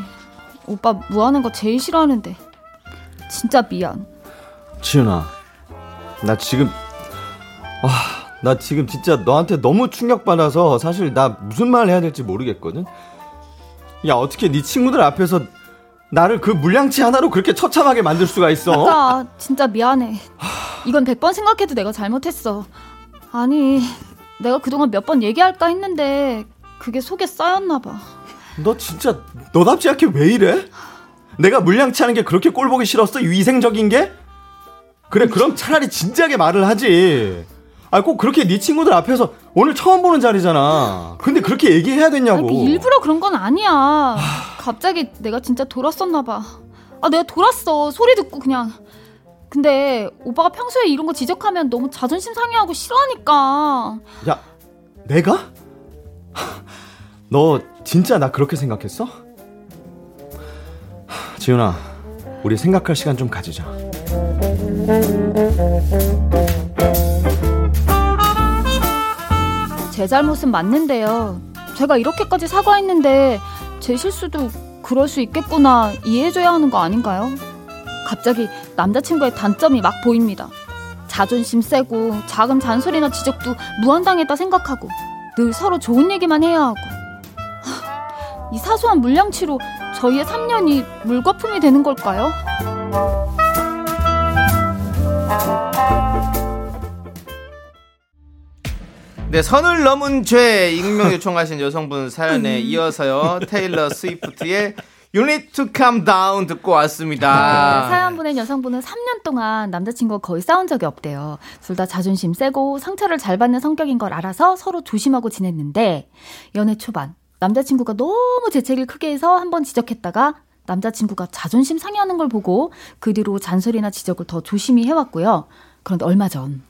Speaker 10: 오빠 무안한 거 제일 싫어하는데. 진짜 미안.
Speaker 8: 지윤아 나 지금 아, 와나 지금 진짜 너한테 너무 충격 받아서 사실 나 무슨 말 해야 될지 모르겠거든. 야 어떻게 네 친구들 앞에서 나를 그 물량치 하나로 그렇게 처참하게 만들 수가 있어?
Speaker 10: 아까 진짜 미안해. 이건 100번 생각해도 내가 잘못했어. 아니, 내가 그동안 몇 번 얘기할까 했는데 그게 속에 쌓였나 봐.
Speaker 8: 너 진짜 너답지 않게 왜 이래? 내가 물량치 하는 게 그렇게 꼴 보기 싫었어? 위생적인 게? 그래 그럼 차라리 진지하게 말을 하지. 아 꼭 그렇게 네 친구들 앞에서 오늘 처음 보는 자리잖아. 근데 그렇게 얘기해야
Speaker 10: 아니, 그
Speaker 8: 되냐고.
Speaker 10: 일부러 그런 건 아니야. 갑자기 내가 진짜 돌았었나 봐. 아, 내가 돌았어. 소리 듣고 그냥. 근데 오빠가 평소에 이런 거 지적하면 너무 자존심 상해하고 싫어하니까.
Speaker 8: 야 내가? 너 진짜 나 그렇게 생각했어? 지윤아 우리 생각할 시간 좀 가지자.
Speaker 10: 제 잘못은 맞는데요. 제가 이렇게까지 사과했는데 제 실수도 그럴 수 있겠구나 이해해줘야 하는 거 아닌가요? 갑자기 남자친구의 단점이 막 보입니다. 자존심 세고 작은 잔소리나 지적도 무한당했다 생각하고 늘 서로 좋은 얘기만 해야 하고 하, 이 사소한 물량치로 저희의 3년이 물거품이 되는 걸까요?
Speaker 2: 네, 선을 넘은 죄 익명 요청하신 여성분
Speaker 10: 음.
Speaker 2: 사연에 이어서요 테일러 스위프트의 You Need to Calm Down 듣고 왔습니다.
Speaker 10: 네, 사연 보낸 여성분은 3년 동안 남자친구와 거의 싸운 적이 없대요. 둘 다 자존심 세고 상처를 잘 받는 성격인 걸 알아서 서로 조심하고 지냈는데 연애 초반 남자친구가 너무 재채기를 크게 해서 한 번 지적했다가 남자친구가 자존심 상해하는 걸 보고 그 뒤로 잔소리나 지적을 더 조심히 해왔고요. 그런데 얼마 전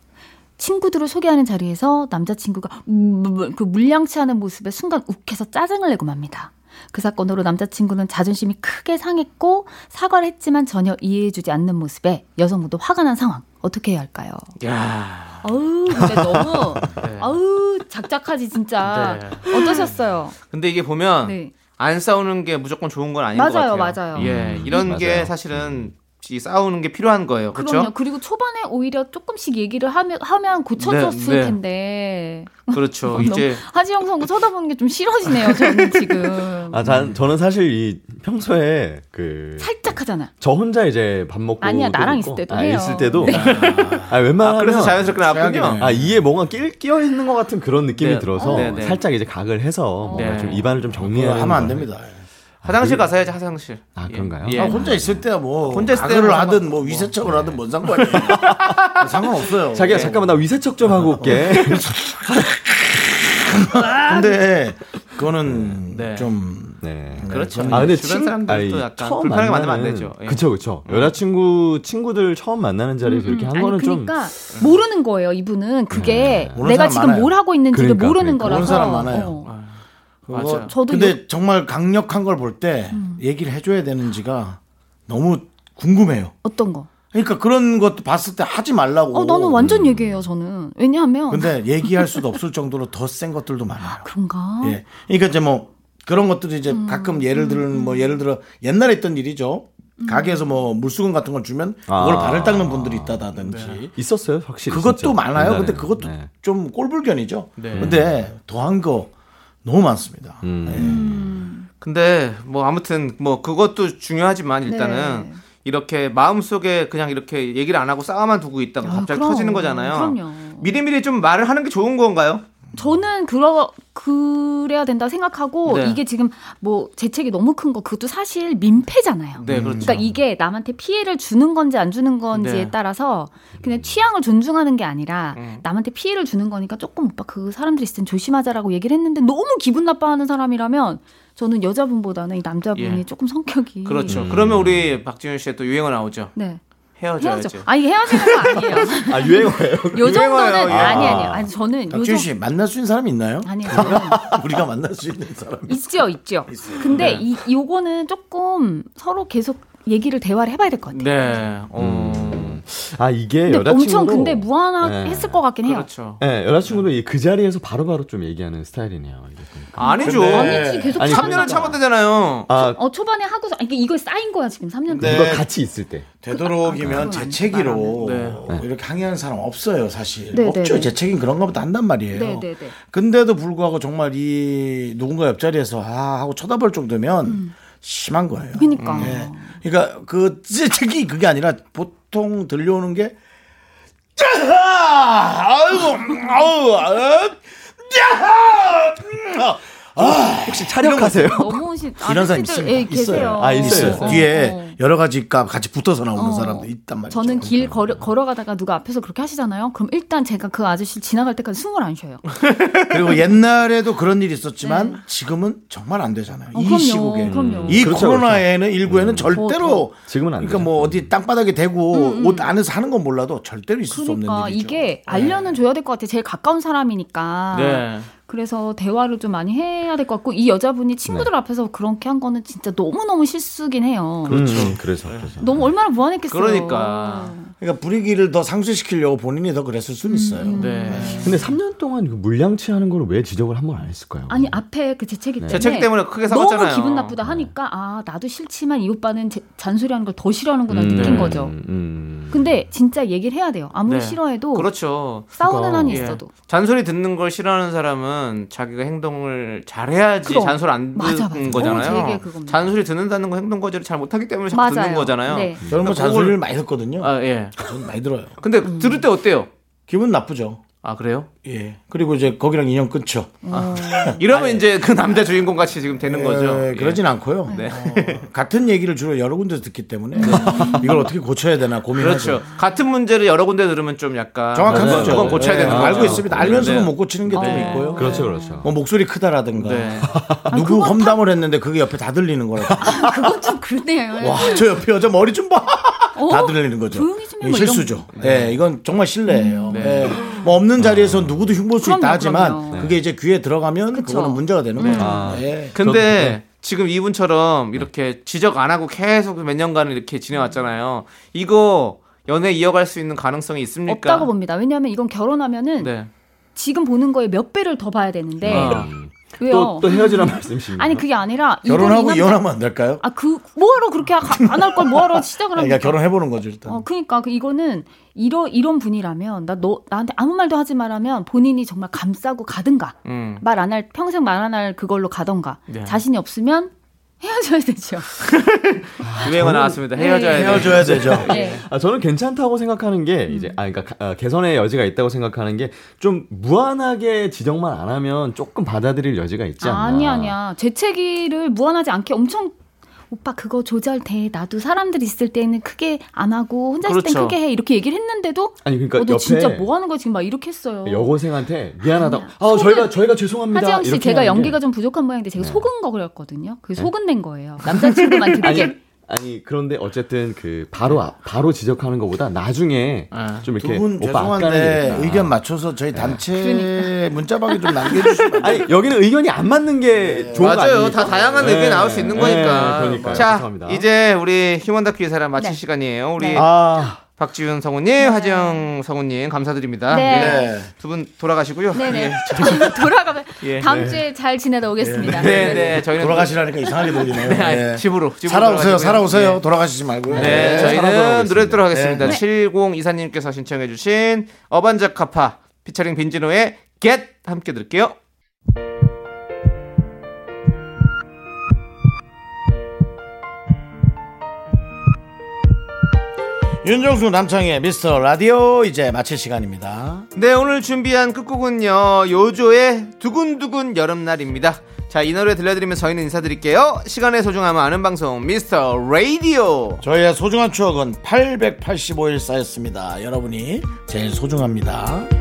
Speaker 10: 친구들을 소개하는 자리에서 남자친구가 음, 그 물량치하는 모습에 순간 욱해서 짜증을 내고 맙니다. 그 사건으로 남자친구는 자존심이 크게 상했고 사과를 했지만 전혀 이해해주지 않는 모습에 여성분도 화가 난 상황 어떻게 해야 할까요?
Speaker 2: 야.
Speaker 10: 아우 근데 너무
Speaker 2: 네.
Speaker 10: 아우 작작하지 진짜
Speaker 2: 네.
Speaker 10: 어떠셨어요?
Speaker 1: 아,
Speaker 2: 근데 이게 보면
Speaker 10: 네.
Speaker 2: 안 싸우는 게 무조건 좋은 건 아닌
Speaker 10: 맞아요,
Speaker 2: 것 같아요.
Speaker 10: 맞아요.
Speaker 2: 예, 이런
Speaker 10: 음,
Speaker 2: 게
Speaker 10: 맞아요.
Speaker 2: 사실은 이 싸우는 게 필요한 거예요.
Speaker 10: 그
Speaker 2: 그렇죠?
Speaker 10: 럼요 그리고 초반에 오히려 조금씩 얘기를 하면, 하면 고쳐졌을
Speaker 2: 네, 네.
Speaker 10: 텐데.
Speaker 2: 그렇죠.
Speaker 1: 어,
Speaker 10: 너무
Speaker 2: 이제
Speaker 10: 하지영 선수 쳐다보는 게 좀 싫어지네요. 저는 지금
Speaker 8: 아, 자, 저는 사실 이 평소에 그.
Speaker 10: 살짝 하잖아.
Speaker 8: 저 혼자 이제 밥 먹고
Speaker 10: 아니야, 나랑 있을 때도 해요. 네.
Speaker 8: 있을 때도 아, 웬만하면
Speaker 2: 아, 그래서 자연스럽게 나왔군요.
Speaker 8: 아 이에 뭔가 끼, 끼어 있는 것 같은 그런 느낌이
Speaker 2: 네.
Speaker 8: 들어서
Speaker 2: 네, 네.
Speaker 8: 살짝 이제 각을 해서 뭔가
Speaker 2: 네.
Speaker 8: 좀 입안을 좀 정리해야
Speaker 2: 그거 하면 안 됩니다. 화장실 가서 해야지 화장실. 예.
Speaker 8: 아 그런가요?
Speaker 1: 아, 혼자 있을 때야 뭐
Speaker 2: 혼자 있을
Speaker 1: 가글을
Speaker 2: 때는
Speaker 1: 하든 뭐 위세척을 하든 뭔 상관이에요. 상관없어요. 예.
Speaker 8: 자기야
Speaker 2: 네.
Speaker 8: 잠깐만 나 위세척 좀 하고 올게.
Speaker 1: 근데 그거는 좀
Speaker 2: 그렇죠.
Speaker 8: 아 근데
Speaker 2: 주변
Speaker 8: 친-
Speaker 2: 사람들도
Speaker 8: 아니,
Speaker 2: 약간
Speaker 8: 처음
Speaker 2: 불편하게 만나면 안
Speaker 8: 만나는-
Speaker 2: 되죠. 예.
Speaker 8: 그쵸 그쵸. 여자친구 친구들 처음 만나는 자리에 그렇게 한
Speaker 10: 아니
Speaker 8: 거는 좀
Speaker 10: 그러니까 모르는 거예요. 이분은 그게
Speaker 1: 네. 모르는
Speaker 10: 내가
Speaker 1: 사람
Speaker 10: 지금
Speaker 1: 많아요.
Speaker 10: 뭘 하고 있는지를
Speaker 1: 그러니까,
Speaker 10: 모르는
Speaker 1: 그러니까. 모르는
Speaker 10: 거라서.
Speaker 1: 사람 많아요.
Speaker 10: 어.
Speaker 1: 그거-
Speaker 10: 맞아요. 저도
Speaker 1: 근데
Speaker 10: 요- 음.
Speaker 1: 정말 강력한 걸 볼 때 얘기를 해줘야 되는지가 너무 궁금해요.
Speaker 10: 어떤 거?
Speaker 1: 그러니까 그런 것도 봤을 때 하지 말라고.
Speaker 10: 어, 나는
Speaker 2: 음.
Speaker 10: 완전 얘기해요. 저는 왜냐하면
Speaker 1: 근데 얘기할 수도 없을 정도로 더 센 것들도 많아요.
Speaker 10: 그런가?
Speaker 8: 어?
Speaker 1: 예. 그러니까 이제 뭐 그런 것들이 이제
Speaker 8: 음,
Speaker 1: 가끔 예를 들은 뭐 예를 들어 옛날에 있던 일이죠. 가게에서 뭐 물수건 같은 걸 주면 그걸
Speaker 8: 음. 아.
Speaker 1: 발을 닦는 분들이 있다든지.
Speaker 8: 있었어요 확실히.
Speaker 1: 그것도
Speaker 8: 진짜.
Speaker 1: 많아요. 근데
Speaker 8: 옛날에는. 네.
Speaker 1: 그것도 좀 꼴불견이죠.
Speaker 2: 네.
Speaker 1: 근데 더한 거 너무 많습니다.
Speaker 8: 음.
Speaker 1: 예.
Speaker 2: 근데 뭐 아무튼 뭐 그것도 중요하지만 일단은
Speaker 10: 네.
Speaker 2: 이렇게 마음속에 그냥 이렇게 얘기를 안 하고 싸워만 두고 있다가 갑자기
Speaker 10: 아, 그럼.
Speaker 2: 터지는 거잖아요.
Speaker 10: 그럼요. 음.
Speaker 2: 미리미리 좀 말을 하는 게 좋은 건가요?
Speaker 10: 저는 그러 그래야 된다 생각하고
Speaker 2: 네.
Speaker 10: 이게 지금 뭐 재책이 너무 큰 거 그것도 사실 민폐잖아요.
Speaker 2: 네,
Speaker 10: 러
Speaker 2: 그렇죠.
Speaker 10: 니까 이게 남한테 피해를 주는 건지 안 주는 건지에
Speaker 2: 네. 음.
Speaker 10: 따라서 그냥 취향을 존중하는 게 아니라 남한테 피해를 주는 거니까 조금 오빠 그 사람들 있을 땐 조심하자라고 얘기를 했는데 너무 기분 나빠하는 사람이라면 저는 여자분보다는 이 남자분이
Speaker 2: 예.
Speaker 10: 조금 성격이
Speaker 2: 그렇죠.
Speaker 8: 음.
Speaker 2: 그러면 우리 박지윤 씨의 또 유행어 나오죠.
Speaker 10: 네.
Speaker 2: 헤어져야죠.
Speaker 10: 헤어져. 아니 헤어지는 거 아니에요.
Speaker 8: 아 유행어예요?
Speaker 10: 요 정도는 아니 아니요. 아니 저는 요
Speaker 1: 박준
Speaker 10: 정도
Speaker 1: 씨 만날 수 있는 사람이 있나요?
Speaker 10: 아니요.
Speaker 1: 우리가 만날 수 있는 사람.
Speaker 10: 있죠, 있죠. 근데 이 요거는 조금 서로 계속 얘기를 대화를 해봐야 될 것 같아요.
Speaker 2: 네. 어.
Speaker 8: 아 이게
Speaker 10: 근데
Speaker 8: 여자친구도
Speaker 10: 엄청 근데 무한했을
Speaker 8: 네.
Speaker 10: 것 같긴 해요.
Speaker 2: 그렇죠.
Speaker 8: 네, 여자친구도 이그 자리에서 바로바로 좀 얘기하는 스타일이네요. 이게 보니까.
Speaker 2: 아니죠.
Speaker 8: 근데-
Speaker 10: 아니지, 계속
Speaker 8: 아니, 그러니까.
Speaker 10: 참았나
Speaker 8: 삼년을
Speaker 10: 봐.
Speaker 2: 참았다잖아요.
Speaker 8: 아,
Speaker 10: 어 초반에 하고서 이게 이거 쌓인 거야 지금 3년
Speaker 1: 네.
Speaker 10: 동안.
Speaker 8: 누가 같이 있을 때.
Speaker 1: 되도록이면 재채기로 이렇게 항의하는 사람 없어요, 사실.
Speaker 10: 네,
Speaker 1: 없죠.
Speaker 10: 네, 네.
Speaker 1: 재채기는 그런 것보다 한단 말이에요.
Speaker 10: 네네네.
Speaker 1: 근데도 불구하고 정말 이 누군가 옆자리에서 아 하고 쳐다볼 정도면 심한 거예요.
Speaker 10: 음. 그러니까.
Speaker 1: 네. 그러니까 그 재채기 그게 아니라 보통 들려오는 게 짜하! 아이고 아우 아, 짜하! 음, 아, 아,
Speaker 8: 혹시 촬영하세요?
Speaker 10: 너무 시
Speaker 1: 이런 사람 있습니다.
Speaker 10: 예, 계세요.
Speaker 1: 있어요. 있어요.
Speaker 10: 어,
Speaker 1: 뒤에 아,
Speaker 10: 어.
Speaker 1: 여러 가지 값 같이 붙어서 나오는
Speaker 10: 어.
Speaker 1: 사람도 있단 말이죠.
Speaker 10: 저는 길 걸어, 걸어가다가 누가 앞에서 그렇게 하시잖아요. 그럼 일단 제가 그 아저씨 지나갈 때까지 숨을 안 쉬어요.
Speaker 1: 그리고 옛날에도 그런 일이 있었지만 지금은 정말 안 되잖아요.
Speaker 10: 네. 어,
Speaker 1: 이
Speaker 10: 그럼요,
Speaker 1: 시국에. 음.
Speaker 10: 그럼요.
Speaker 1: 이
Speaker 8: 그렇죠,
Speaker 1: 코로나에는 일구에는 절대로
Speaker 10: 뭐.
Speaker 8: 지금은 안
Speaker 1: 그러니까 뭐 어디 땅바닥에 대고 옷 안에서 하는 건 몰라도 절대로 있을 수
Speaker 10: 음, 그러니까
Speaker 1: 없는 일이죠.
Speaker 10: 이게 알려는 줘야 될 것 같아요. 제일 가까운 사람이니까.
Speaker 1: 네.
Speaker 10: 그래서 대화를 좀 많이 해야 될 것 같고 이 여자분이 친구들 앞에서 그렇게 한 거는 진짜 너무 너무 실수긴 해요.
Speaker 8: 음, 그래서 그래서.
Speaker 10: 너무 얼마나 무한했겠어요.
Speaker 1: 그러니까 분위기를 더 상쇄시키려고 본인이 더 그랬을 수는
Speaker 10: 음,
Speaker 1: 있어요.
Speaker 2: 네.
Speaker 8: 근데 3년 동안 그 물량치 하는 걸 왜 지적을 한 번 안 했을까요?
Speaker 10: 아니 앞에 그 재채기
Speaker 8: 네.
Speaker 10: 때문에
Speaker 8: 재채기 때문에 크게
Speaker 10: 너무
Speaker 8: 싸웠잖아요.
Speaker 10: 기분 나쁘다 하니까 아 나도 싫지만 이 오빠는 제- 잔소리하는 걸 더 싫어하는구나
Speaker 8: 음,
Speaker 10: 느낀
Speaker 8: 네.
Speaker 10: 거죠.
Speaker 8: 음.
Speaker 10: 근데 진짜 얘기를 해야 돼요. 아무리
Speaker 2: 네.
Speaker 10: 싫어해도
Speaker 2: 그렇죠.
Speaker 10: 싸우는
Speaker 2: 그거.
Speaker 10: 한이
Speaker 2: 예.
Speaker 10: 있어도.
Speaker 2: 잔소리 듣는 걸 싫어하는 사람은 자기가 행동을 잘해야지
Speaker 10: 그럼.
Speaker 2: 잔소리 안 듣는
Speaker 10: 맞아, 맞아. 어, 제 얘기
Speaker 2: 거잖아요.
Speaker 10: 그겁니다.
Speaker 2: 잔소리 듣는다는 건 행동 거절을 잘 못하기 때문에 자꾸
Speaker 10: 맞아요.
Speaker 2: 듣는 거잖아요.
Speaker 10: 네.
Speaker 1: 저는 뭐
Speaker 2: 그러니까 그걸-
Speaker 1: 잔소리를 많이 듣거든요.
Speaker 2: 아 예.
Speaker 1: 저는 많이 들어요.
Speaker 2: 근데
Speaker 10: 음.
Speaker 2: 들을 때 어때요?
Speaker 1: 기분 나쁘죠.
Speaker 2: 아 그래요?
Speaker 1: 예. 그리고 이제 거기랑 인연 끊죠.
Speaker 2: 이러면 이제 그 남자 주인공 같이 지금 되는 거죠.
Speaker 1: 예, 그러진 않고요. 어, 같은 얘기를 주로 여러 군데서 듣기 때문에 이걸 어떻게 고쳐야 되나 고민하죠.
Speaker 2: 그렇죠. 같은 문제를 여러 군데 들으면 좀 약간 네,
Speaker 1: 정확한
Speaker 2: 그건-
Speaker 1: 거죠.
Speaker 2: 그건 고쳐야
Speaker 1: 예,
Speaker 2: 되는 거
Speaker 1: 알고 있습니다. 알면서도 못 고치는 게 또 있고요.
Speaker 8: 그렇죠, 그렇죠.
Speaker 1: 뭐 목소리 크다라든가
Speaker 2: 네.
Speaker 1: 누구 험담을 했는데 그게 옆에 다 들리는 거라든가
Speaker 10: 그건 좀 그러네요.
Speaker 1: 와저 옆에 여자 머리 좀 봐. 다 들리는 거죠.
Speaker 10: 조용히 좀 해봐,
Speaker 1: 이거 실수죠. 예, 이건 정말 실례예요.
Speaker 2: 네. 아.
Speaker 1: 예. 뭐 없는 자리에서 누구도 흉볼 수
Speaker 2: 그럼요,
Speaker 1: 있다 하지만
Speaker 2: 그럼요.
Speaker 1: 그게 이제 귀에 들어가면 그거는 문제가 되는 거죠.
Speaker 2: 아,
Speaker 1: 예.
Speaker 2: 근데 지금 이분처럼 이렇게 지적 안 하고 계속 몇 년간 이렇게 지내왔잖아요. 이거 연애 이어갈 수 있는 가능성이 있습니까?
Speaker 10: 없다고 봅니다. 왜냐하면 이건 결혼하면은
Speaker 2: 네.
Speaker 10: 지금 보는 거에 몇 배를 더 봐야 되는데
Speaker 2: 아.
Speaker 10: 왜요?
Speaker 8: 또, 또 헤어지란 말씀이신가요?
Speaker 10: 아니 그게 아니라 이걸
Speaker 1: 결혼하고
Speaker 10: 이 남자-
Speaker 1: 이혼하면 안 될까요?
Speaker 10: 아, 그, 뭐하러 그렇게 안 할 걸 뭐하러 시작을
Speaker 1: 그러니까
Speaker 10: 합니까?
Speaker 1: 결혼해보는 거죠 일단.
Speaker 10: 어, 그니까, 그 이거는, 이러, 이런 분이라면, 나 너, 나한테 아무 말도 하지 말라면 본인이 정말 감싸고 가든가,
Speaker 2: 음.
Speaker 10: 말 안 할, 평생 말 안 할 그걸로 가던가,
Speaker 2: 네.
Speaker 10: 자신이 없으면 헤어져야 되죠.
Speaker 2: 유행어 나왔습니다.
Speaker 10: 네.
Speaker 2: 헤어져야 돼.
Speaker 8: 아, 헤어져야 되죠.
Speaker 10: 네.
Speaker 8: 아, 저는 괜찮다고 생각하는 게
Speaker 10: 음.
Speaker 8: 이제 아 그러니까 가- 아, 개선의 여지가 있다고 생각하는 게 좀 무한하게 지적만 안 하면 조금 받아들일 여지가 있지 않나.
Speaker 10: 아니, 아니야. 재채기를 무한하지 않게 엄청, 오빠 그거 조절돼. 나도 사람들 있을 때는 크게 안 하고, 혼자 있을 땐
Speaker 8: 그렇죠.
Speaker 10: 크게 해. 이렇게 얘기를 했는데도,
Speaker 8: 아니, 그러니까
Speaker 10: 어, 너
Speaker 8: 옆에
Speaker 10: 진짜 뭐 하는 거야? 지금 막 이렇게 했어요.
Speaker 8: 여고생한테 미안하다. 아 저희가 저희가 죄송합니다.
Speaker 10: 하지영 씨,
Speaker 8: 이렇게
Speaker 10: 제가
Speaker 8: 하는 게-
Speaker 10: 연기가 좀 부족한 모양인데 제가 속은 거 그랬거든요. 그게
Speaker 8: 네.
Speaker 10: 속은 낸 거예요. 남자친구만 듣게.
Speaker 8: 아니, 아니 그런데 어쨌든 그 바로 앞- 바로 지적하는 것보다 나중에
Speaker 2: 네.
Speaker 8: 좀 이렇게
Speaker 1: 두 분
Speaker 8: 오빠 아까는
Speaker 1: 죄송한데
Speaker 8: 이랬다.
Speaker 1: 의견 맞춰서 저희 단체 문자방에 좀 남겨주시면 안 돼요? 네.
Speaker 8: 아니 여기는 의견이 안 맞는 게 좋은 거
Speaker 2: 맞아요.
Speaker 8: 아닙니까?
Speaker 2: 다 다양한
Speaker 8: 네.
Speaker 2: 의견이 나올 수 있는
Speaker 8: 네,
Speaker 2: 거니까.
Speaker 8: 그러니까요.
Speaker 2: 자,
Speaker 8: 죄송합니다.
Speaker 2: 이제 우리 휴먼 다큐의 사람 마칠
Speaker 8: 네.
Speaker 2: 시간이에요. 우리
Speaker 8: 네. 아.
Speaker 2: 박지윤 성우님, 화지영 성우님 감사드립니다.
Speaker 10: 네.
Speaker 2: 두 분 돌아가시고요.
Speaker 10: 네네.
Speaker 2: 예.
Speaker 10: 돌아가면
Speaker 2: 예.
Speaker 10: 다음
Speaker 2: 네.
Speaker 10: 주에 잘 지내다 오겠습니다.
Speaker 2: 네, 네. 저희는
Speaker 1: 돌아가시라니까 이상하게 보이네요.
Speaker 2: 네, 아니,
Speaker 1: 네.
Speaker 2: 집으로, 집으로
Speaker 1: 살아오세요,
Speaker 2: 돌아가시고요.
Speaker 1: 살아오세요.
Speaker 2: 네.
Speaker 1: 돌아가시지 말고요.
Speaker 2: 네,
Speaker 1: 네, 살아
Speaker 2: 저희는
Speaker 1: 돌아오겠습니다.
Speaker 2: 노래 들어 가겠습니다.
Speaker 1: 네.
Speaker 2: 7024님께서 신청해주신 어반자카파 피처링 빈지노의 Get 함께 들을게요.
Speaker 1: 윤정수 남창의 미스터 라디오 이제 마칠 시간입니다.
Speaker 2: 네, 오늘 준비한 끝곡은요. 요조의 두근두근 여름날입니다. 자, 이 노래 들려드리면서 저희는 인사드릴게요. 시간의 소중함을 아는 방송 미스터 라디오.
Speaker 1: 저희의 소중한 추억은 885일 쌓였습니다. 여러분이 제일 소중합니다.